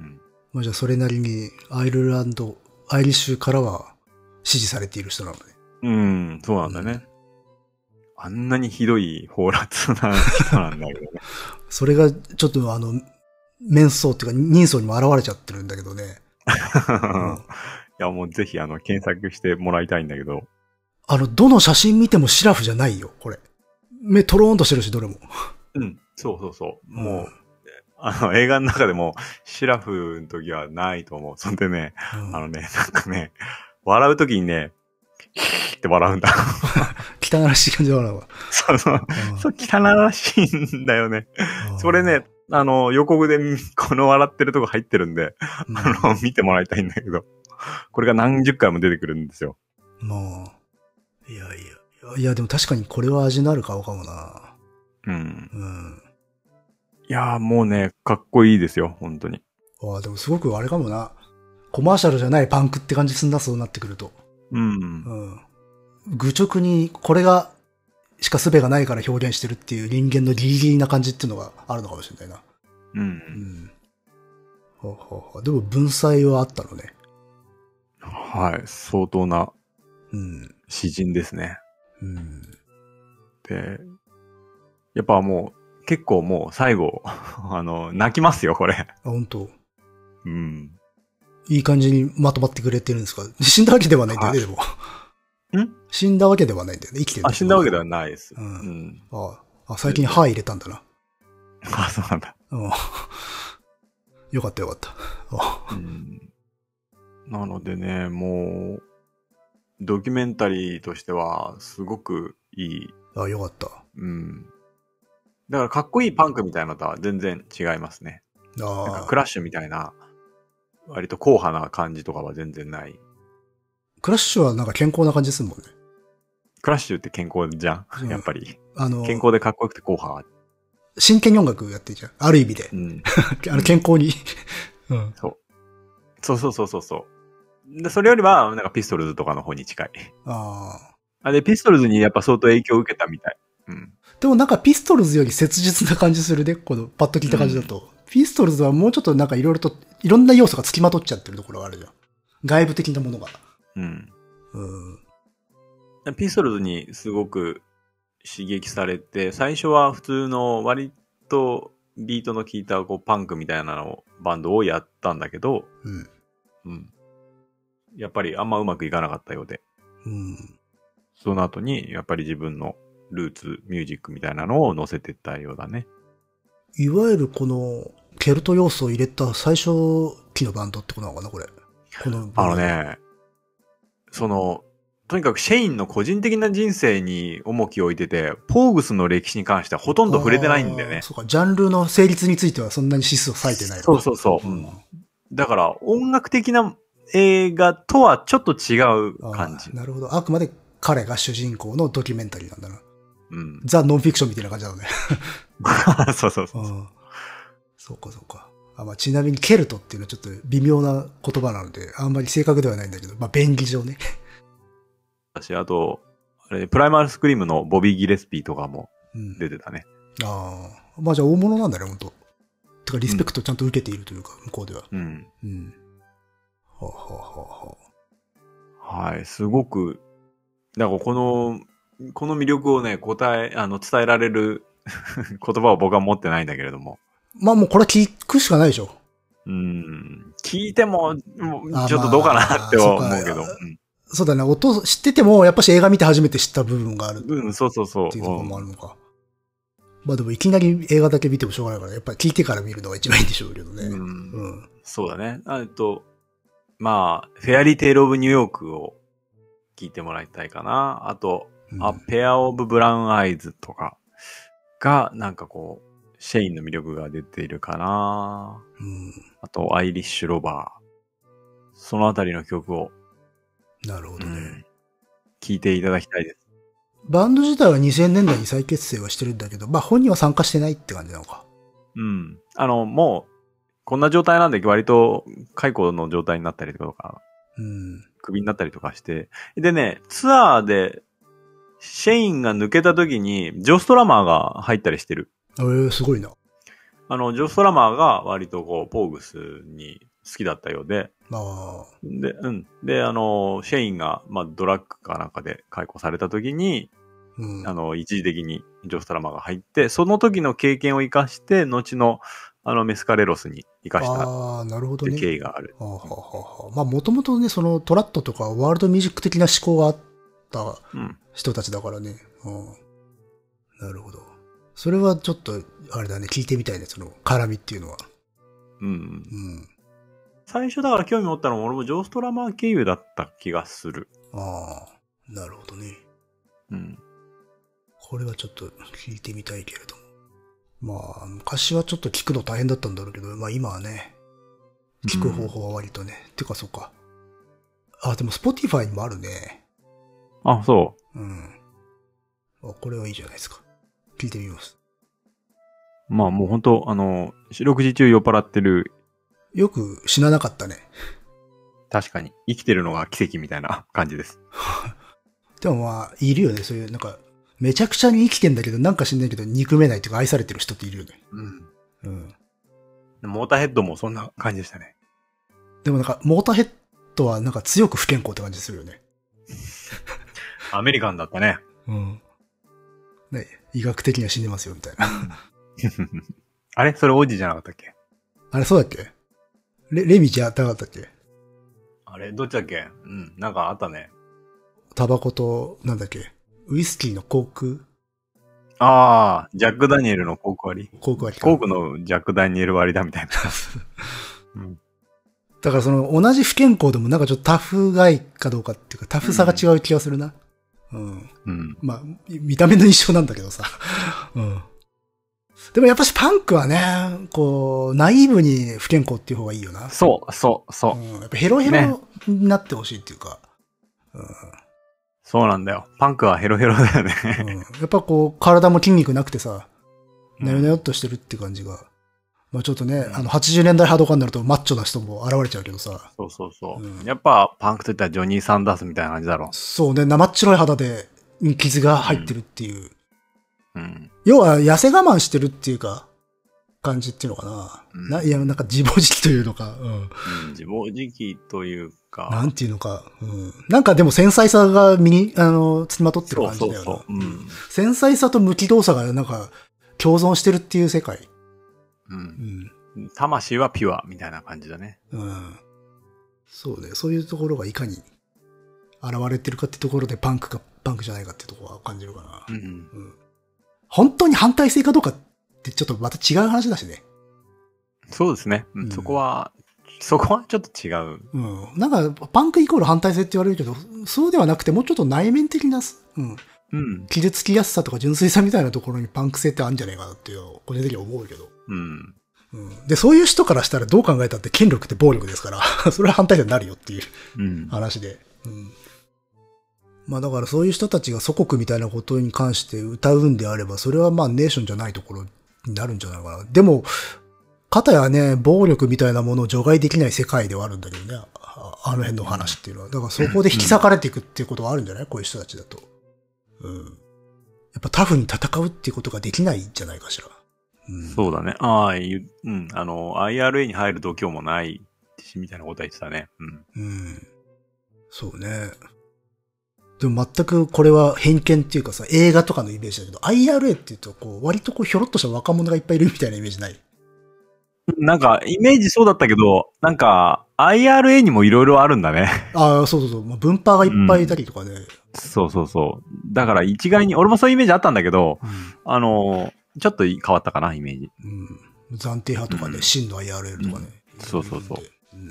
うん。まあじゃあそれなりにアイルランド、アイリッシュからは支持されている人なのね。うん、そうなんだね。あんなにひどい放埓な人なんだけどね。それがちょっとあの、面相っていうか人相にも現れちゃってるんだけどね。うん いや、もうぜひ、あの、検索してもらいたいんだけど。あの、どの写真見てもシラフじゃないよ、これ。目トローンとしてるし、どれも。うん。そうそうそう。もう、うんあの、映画の中でも、シラフの時はないと思う。そんでね、あうんのね、なんかね、笑う時にね、って笑うんだ。 汚らしい感じだから。うそうそう。んそう、汚らしいんだよね。 それ、ね、あの、予告で、この笑ってるとこ入ってるんで、 うんあの、見てもらいたいんだけど。これが何十回も出てくるんですよ。もう。いやいや。いや、でも確かにこれは味のある顔かもな。うん。うん。いやーもうね、かっこいいですよ、本当に。ああ、でもすごくあれかもな。コマーシャルじゃないパンクって感じすんな、そうなってくると。うんう。ん。愚直に、これが、しか術がないから表現してるっていう人間のギリギリな感じっていうのがあるのかもしれないな。う。うんん。はははでも文才はあったのね。はい。相当なうん。詩人ですね。うん。で、やっぱもう、結構もう最後、 あの、泣きますよ、これ。あ、本当うん。いい感じにまとまってくれてるんですか死んだわけではないんだよね、でも。ん死んだわけではないんだよね。生きてる。あ、死んだわけではないです。ううんん。あああ、最近歯入れたんだな。 あ、そうなんだ。うん。よかったよかった。あうん。なのでね、もう、ドキュメンタリーとしては、すごくいい。あ、よかった。うん。だから、かっこいいパンクみたいなのとは全然違いますね。なんあかあクラッシュみたいな、割と硬派な感じとかは全然ない。クラッシュはなんか健康な感じするもんね。クラッシュって健康じゃうんん、やっぱり。あの、健康でかっこよくて硬派。真剣に音楽やってるじゃん。ある意味 でう。ん。あの健康 に。うん。そうそうそうそうそう。で、それよりは、なんかピストルズとかの方に近い。ああ。あ、で、ピストルズにやっぱ相当影響を受けたみたい。うん。でもなんかピストルズより切実な感じするね。このパッと聞いた感じだと。ピストルズはもうちょっとなんかいろいろと、いろんな要素が付きまとっちゃってるところがあるじゃん。外部的なものが。うん。うん。でピストルズにすごく刺激されて、最初は普通の割とビートの効いたこうパンクみたいなのをバンドをやったんだけど、うん。うん。やっぱりあんまうまくいかなかったようで。うん。その後に、やっぱり自分のルーツ、ミュージックみたいなのを載せてったようだね。いわゆるこの、ケルト要素を入れた最初期のバンドってことなのかな、これ。この。あの。ね、その、とにかくシェインの個人的な人生に重きを置いてて、ポーグスの歴史に関してはほとんど触れてないんだよあーね。そうか、ジャンルの成立についてはそんなに指数を割いてないのかそうそうそう。うん。だから、音楽的な映画とはちょっと違う感じあー。なるほど。あくまで彼が主人公のドキュメンタリーなんだな。うん。ザ・ノンフィクションみたいな感じなのね。 そうそうそうう。ん。そうか、そうか。あまあ、ちなみに、ケルトっていうのはちょっと微妙な言葉なので、あんまり正確ではないんだけど、まあ、便宜上ね。私、あと、あれ、プライマルスクリームのボビー・ギレスピーとかもうん。出てたね。ああ。まあ、じゃあ大物なんだね、本当てか、リスペクトちゃんと受けているというか、向こうでは。うん。うん。はあ、はあはあはあ、はい、すごく、だからこの、この魅力をね、答え、あの、伝えられる 言葉を僕は持ってないんだけれども。まあ、もうこれは聞くしかないでしょ。うん。聞いても、もうあちょっとどうかまあなって思うけど。そうかそうだね、音知ってても、やっぱし映画見て初めて知った部分があるっうん、うん、そうそうそう。ていうところもあうんるのか。まあでもいきなり映画だけ見てもしょうがないから、やっぱり聞いてから見るのが一番いいんでしょうけどね。ううん。んそうだね。あえっと、まあ、フェアリー・テイル・オブ・ニューヨークを聞いてもらいたいかな。あと、うんあペア・オブ・ブラウン・アイズとかが、なんかこう、シェインの魅力が出ているかな。うんあと、アイリッシュ・ロバー。そのあたりの曲を、なるほどね。聴いていただきたいです。バンド自体は2000年代に再結成はしてるんだけど、まあ本人は参加してないって感じなのか。うん。あの、もう、こんな状態なんで、割と、解雇の状態になったりとか、うん。クビになったりとかして。でね、ツアーで、シェインが抜けた時に、ジョストラマーが入ったりしてる。ええすごいな。あの、ジョストラマーが割とこう、ポーグスに好きだったようで、まあ、で、うん。で、あの、シェインが、まあ、ドラッグかなんかで解雇された時に、うん。あの、一時的にジョストラマが入って、その時の経験を生かして、後の、あの、メスカレロスに生かしたっああ、なるほどていう経ね。緯がある。はあはあはあはあまあもともとね、そのトラットとかワールドミュージック的な思考があったうん。人たちだからね。うん。なるほど。それはちょっと、あれだね、聞いてみたいね、その、絡みっていうのは。うん。うん。最初だから興味持ったのも、俺もジョストラマ経由だった気がする。ああ、なるほどね。うん。これはちょっと聞いてみたいけれども。まあ、昔はちょっと聞くの大変だったんだろうけど、まあ今はね、聞く方法は割とね。てかそうか。あ、でも Spotify にもあるね。あ、そうん。あ、これはいいじゃないですか。聞いてみます。う。まあもう本当あの、四六時中酔っ払ってる、よく死ななかったね。確かに、生きてるのが奇跡みたいな 感じです。 でもまあ、いるよね。そういう、なんか、めちゃくちゃに生きてんだけど、なんか死んないけど、憎めないというか愛されてる人っているよね。うん。うん。モーターヘッドもそんな感じでしたね。でもなんか、モーターヘッドはなんか強く不健康って感じするよね。アメリカンだったね。うん。ね、医学的には死んでますよ、みたいな。 あれそれ王子じゃなかったっけあれ、そうだっけレ、レミじゃなかったっけあれどっちだっけうん。なんかあったね。タバコと、なんだっけウイスキーのコークああ、ジャック・ダニエルのコーク割り。コーク割りかコークのジャック・ダニエル割りだみたいな。 うん、だからその、同じ不健康でもなんかちょっとタフがいかどうかっていうか、タフさが違う気がするな。うんうん。まあ、み見た目の印象なんだけどさ。 うん。でもやっぱしパンクはね、こう、ナイーブに不健康っていう方がいいよな。そう、そう、そう。うん。やっぱヘロヘねロになってほしいっていうか、そうなんだよ。パンクはヘロヘロだようね。 ん。やっぱこう、体も筋肉なくてさ、うんなよなよっとしてるって感じが。まあちょっとね、あの、80年代ハードカーになるとマッチョな人も現れちゃうけどさ、そうそうそう。うんやっぱ、パンクといったらジョニー・サンダースみたいな感じだろ。そうね、生っ白い肌で、に傷が入ってるっていう。うん。要は、痩せ我慢してるっていうか、感じっていうのかな。うんな、いや、なんか自暴自棄というのか、うん。うん自暴自棄というなか。んていうのか、うん。なんかでも繊細さが身に、あの、つきまとってるそう感じそうだよな。そう。うん。繊細さと無機動作がなんか、共存してるっていう世界。う。うんん。魂はピュアみたいな感じだね。うん。そうね。そういうところがいかに、現れてるかってところでパンクか、パンクじゃないかってところは感じるかうな。ん。本当に反対性かどうかってちょっとまた違う話だしね。そうですね。うんうんそこは、そこはちょっと違う。うん。なんか、パンクイコール反対性って言われるけど、そうではなくて、もうちょっと内面的な、うん。うん。傷つきやすさとか純粋さみたいなところにパンク性ってあるんじゃないかなっていうのを個人的には思うけど。うん。うん。で、そういう人からしたらどう考えたって権力って 暴力ですから、それは反対者になるよっていううん。話で。うん。まあだからそういう人たちが祖国みたいなことに関して歌うんであれば、それはまあネーションじゃないところになるんじゃないかな。でも、かたやね、暴力みたいなものを除外できない世界ではあるんだけどね、ああの辺の話っていうのは。だからそこで引き裂かれていくっていうことはあるんじゃないこういう人たちだと。うん。やっぱタフに戦うっていうことができないんじゃないかしら。うん。そうだね。ああ、いう、うん。あの、IRA に入る度胸もないし、みたいなことは言ってたね。うん。うん。そうね。でも全くこれは偏見っていうかさ、映画とかのイメージだけど、IRA っていうと、こう、割とこう、ひょろっとした若者がいっぱいいるみたいなイメージない。なんか、イメージそうだったけど、なんか、IRA にもいろいろあるんだね。ああ、そうそうそう。まあ、分派がいっぱいいたりとかね。そうそうそう。だから一概に、俺もそういうイメージあったんだけど、うあの、ちょっと変わったかな、イメージ。ん。うん暫定派とかね、真の IRA とかね。そうそうそううん。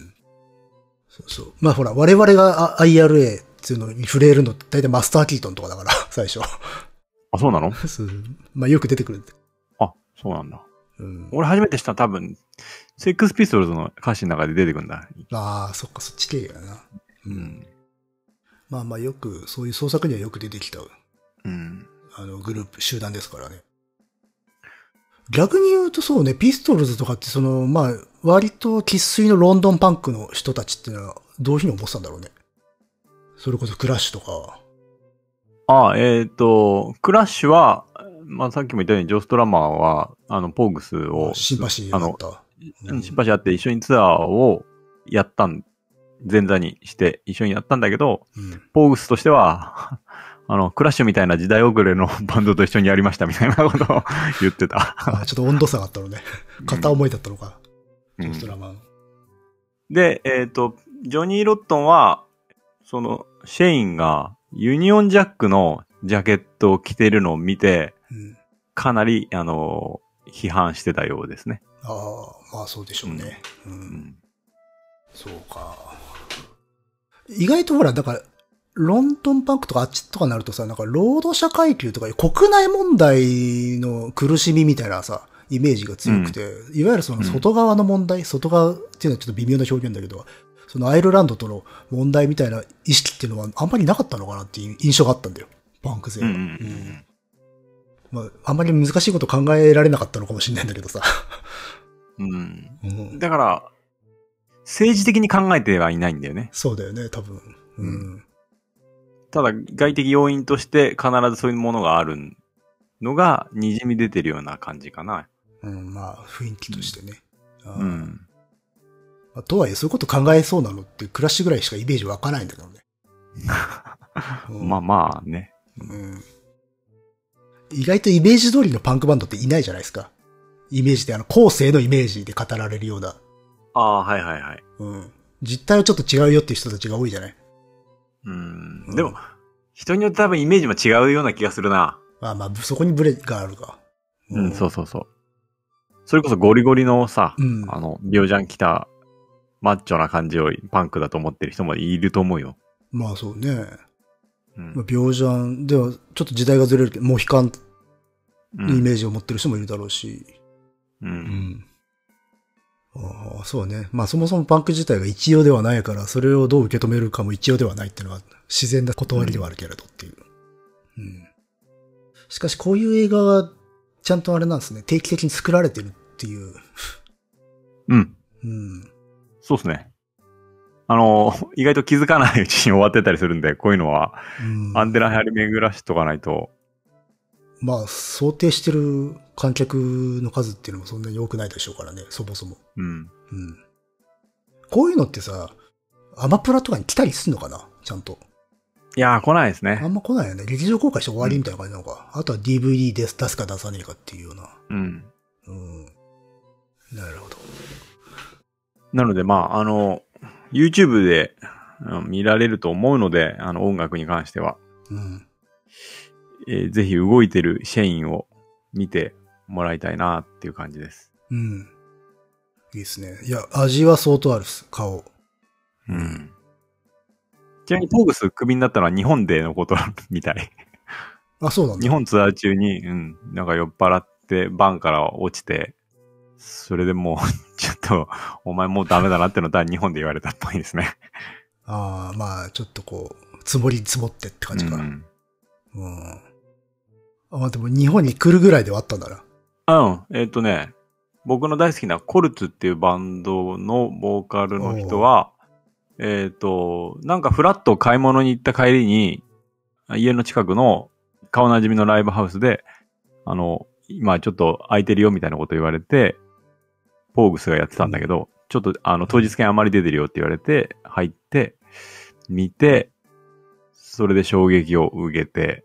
そうそう。まあほら、我々があ IRA っていうのに触れるのって大体マスターキートンとかだから、最初。あ、そうなのそうまあよく出てくるんで。あ、そうなんだ。うん。俺初めて知ったの多分、セックスピストルズの歌詞の中で出てくるんだ。ああ、そっか、そっち系やな。う。。うんまあまあよく、そういう創作にはよく出てきた、うん。あの、グループ、集団ですからね。逆に言うとそうね、ピストルズとかってその、まあ、割と喫水のロンドンパンクの人たちっていうのは、どういうふうに思ってたんだろうね。それこそクラッシュとか。あ、えっ、と、クラッシュは、まあ、さっきも言ったように、ジョーストラマーは、あの、ポーグスを、シンパシーあだっの、た。うんシンパシーあって一緒にツアーをやったん、前座にして一緒にやったんだけど、 うんポーグスとしては、 あの、クラッシュみたいな時代遅れの バンドと一緒にやりましたみたいなことを 言ってた。あーちょっと温度差があったのね。片思いだったのか。うんウルトラマン。で、えっ、と、ジョニー・ロットンは、その、シェインがユニオンジャックのジャケットを着てるのを見て、うん。かなり、あの、批判してたようですね。ああ、まあそうでしょうね。う。うんん。そうか。意外とほら、だから、ロンドンパンクとかあっちとかになるとさ、なんか労働者階級とか国内問題の苦しみみたいなさ、イメージが強くて、いわゆるその外側の問題、外側っていうのはちょっと微妙な表現だけど、そのアイルランドとの問題みたいな意識っていうのはあんまりなかったのかなっていう印象があったんだよ。パンク勢うは。んうんううんんまあ、あんまり難しいこと考えられなかったのかもしれないんだけどさ。うん。うん。うん、だから、政治的に考えてはいないんだよね。そうだよね、多分。うん。ただ、外的要因として必ずそういうものがあるのが、にじみ出てるような感じかな。うん、まあ、雰囲気としてね。あーうん。まあとはいえ、そういうこと考えそうなのって、暮らしぐらいしかイメージ湧かないんだけどね。う んまあまあね。うん意外とイメージ通りのパンクバンドっていないじゃないですか。イメージで、あの、後世のイメージで語られるような。ああ、はいはいはい。うん。実態はちょっと違うよっていう人たちが多いじゃないうんう。んでも、人によって多分イメージも違うような気がするな。まあまあ、そこにブレがあるか。うん、そうそうそう。それこそゴリゴリのさ、うんあの、ビオジャン来たマッチョな感じをパンクだと思ってる人もいると思うよ。まあそうね。うまあ、ん。病じゃん。では、ちょっと時代がずれるけど、モヒカンうのイん。メージを持ってる人もいるだろうし。う。うんああ、そうね。まあそもそもパンク自体が一様ではないから、それをどう受け止めるかも一様ではないっていうのは自然な断りではあるけれどっていう。うん。しかしこういう映画は、ちゃんとあれなんですね。定期的に作られてるっていう。うん。うん。そうっすね。あの、意外と気づかないうちに終わってたりするんで、こういうのは、うん、アンテナ張り巡らしとかないと、まあ、想定してる観客の数っていうのもそんなに多くないでしょうからね、そもそも。うん。うん。こういうのってさ、アマプラとかに来たりすんのかなちゃんと。いやー、来ないです あね。んま来ないよね。劇場公開して終わりみたいな感じなのか。あとは DVD です出すか出さねえかっていうような。うん。うん。なるほど。なので、まあ、あの、YouTube でうん見られると思うので、あの、音楽に関しては、うん。えーぜひ動いてるシェインを見てもらいたいなっていう感じです。うん。いいですね。いや、味は相当あるっす。顔。うん。ちなみに、ポーグスクビになったのは日本でのこと みたい。あ、そうなんだ。日本ツアー中に、うん、なんか酔っ払って、バンから落ちて、それでもう、 ちょっと、お前もうダメだなってのだ日本で言われたっぽいですね。ああ、まあ、ちょっとこう、積もり積もってって感じか。ううん。んあ、まあ、でも日本に来るぐらいではあったんだな。うん。えっ、とね、僕の大好きなコルツっていうバンドのボーカルの人は、えっ、と、なんかフラッと買い物に行った帰りに、家の近くの顔なじみのライブハウスで、あの、今ちょっと空いてるよみたいなこと言われて、ポーグスがやってたんだけど、ちょっとあの当日券あまり出てるよって言われて、入って、見て、それで衝撃を受けて、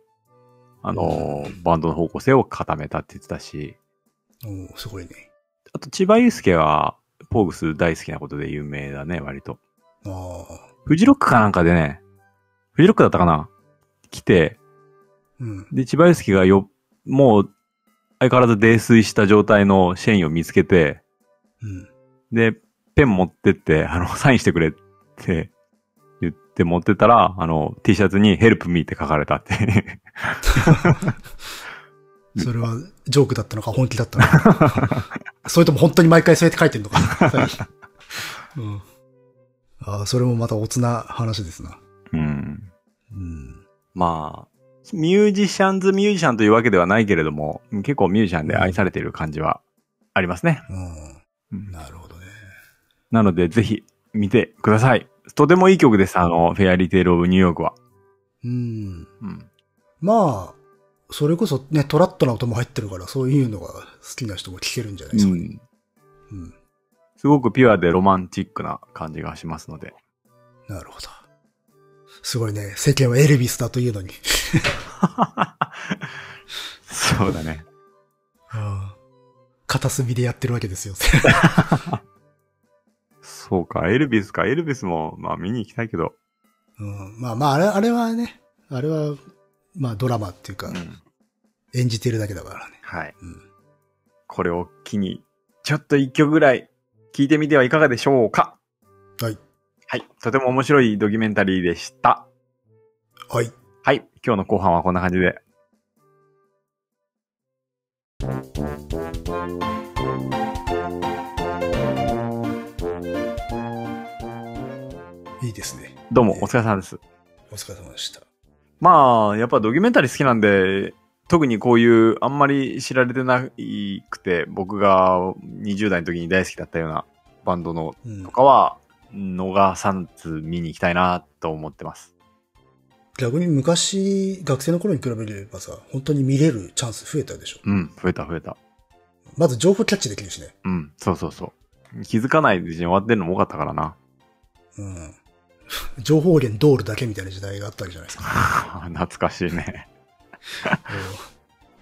あの、バンドの方向性を固めたって言ってたし、おおすごいね。あと、千葉祐介は、ポーグス大好きなことで有名だね、割と。ああ。フジロックかなんかでね、フジロックだったかな来て、うん。で、千葉祐介がよ、もう、相変わらず泥酔した状態のシェインを見つけて、うん。で、ペン持ってって、あの、 サインしてくれって言って持ってたら、あの、T シャツに Help me って書かれた って。それはジョークだったのか本気だったの か。それとも本当に毎回そうやって書いてる のか。うん、ああ、それもまたおつな話ですな。うん。うん。まあ、ミュージシャンズミュージシャンというわけではないけれども、うん結構ミュージシャンで愛されている感じはありますね。うんうんなるほどね。なので、ぜひ見てください。とてもいい曲です、あの、フェアリーテイル・オブ・ニューヨークは。うん。うん。まあ、それこそね、トラットな音も入ってるから、そういうのが好きな人も聴けるんじゃないですかね。うん。すごくピュアでロマンチックな感じがしますので。 なるほど。すごいね、世間はエルビスだというのに。そうだね。ああ片隅でやってるわけですよ。そうか、エルビスか。エルビスも、まあ見に行きたいけど。うん、まあまあ、あれ、あれはね、あれは、まあドラマっていうか、うん。演じてるだけだからね。はい。うん。これを機に、ちょっと一曲ぐらい聴いてみてはいかがでしょうかはい。はい。とても面白いドキュメンタリーでした。はい。はい。今日の後半はこんな感じで。いいですね。どうも、お疲れ様です。お疲れ様でした。まあ、やっぱドキュメンタリー好きなんで、特にこういう、あんまり知られてなくて、僕が20代の時に大好きだったようなバンドのうんと。かは、逃さず見に行きたいなと思ってます。逆に昔、学生の頃に比べればさ、本当に見れるチャンス増えたでしょ。うん、増えた増えた。まず情報キャッチできるしね。うん、そうそうそう。気づかないうちに終わってるのも多かったからな。 うん。 情報源ドールだけみたいな時代があったわけじゃないですか。懐かしいね。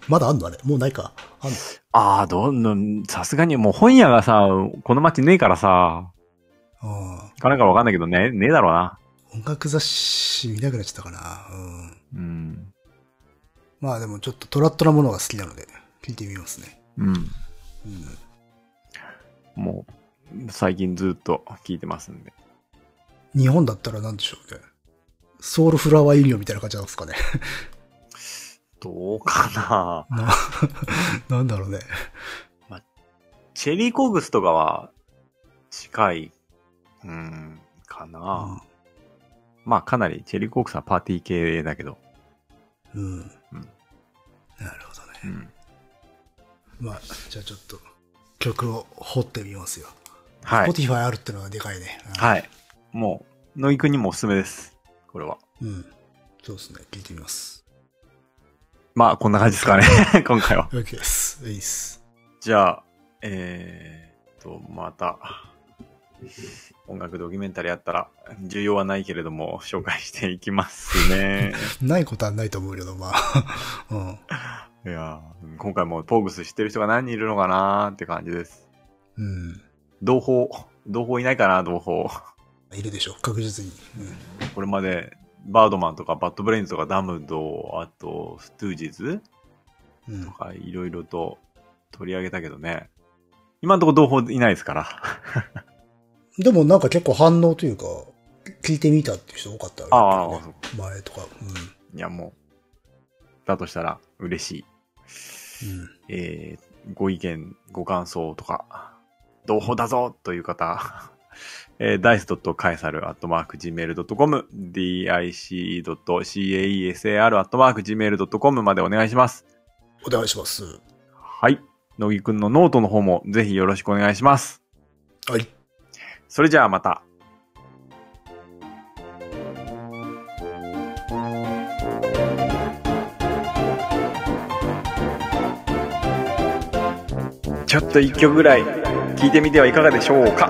まだあんのあれもうないか。あんのああ、どんどん、さすがにもう本屋がさ、この街ねえからさ、あ行かないからわかんないけどね、ねえだろうな。あ音楽雑誌見なくなっちゃったかな。うん。うん。まあでもちょっとトラットなものが好きなので、聞いてみますね。うん。うん。もう、最近ずっと聞いてますんで。日本だったら何でしょうね。ソウルフラワーユニオンみたいな感じなんですかね。 どうかな ななんだろうね。チェリーコーグスとかは、近い、うん、かな、まあ、かなり、チェリーコーグスはパーティー系だけど。うん。うん。なるほどね。うん。まあ、じゃあちょっと曲を掘ってみますよ。はい。 Spotify あるってのはでかいね。い。はい。もう、野木くんにもおすすめです。これは。うん。そうですね。聞いてみます。まあ、こんな感じですかね。 今回は。 OK です。いいっす。じゃあ、えー、っと、また、音楽ドキュメンタリーあったら、需要はないけれども、紹介していきますね。ないことはないと思うけど、まあ。 うん。いやー今回もポーグス知ってる人が何人いるのかなーって感じです。うん。同胞、同胞いないかな、同胞。いるでしょ。確実に。これまで、バードマンとか、バッドブレインズとか、ダムド、あと、ストゥージーズうん。うんと。か、いろいろと取り上げたけどね。今んとこ同胞いないですから。でもなんか結構反応というか、聞いてみたっていう人多かったよねああ、そう前とか。 いや、もう、だとしたら嬉しい。うん。うん。えーご意見、ご感想とか、同胞だぞという方、 えー、dice.caesar.gmail.com、dice.caesar.gmail.com までお願いします。お願いします。はい。乃木くんのノートの方もぜひよろしくお願いします。はい。それじゃあまた。ちょっと一曲ぐらい聴いてみてはいかがでしょうか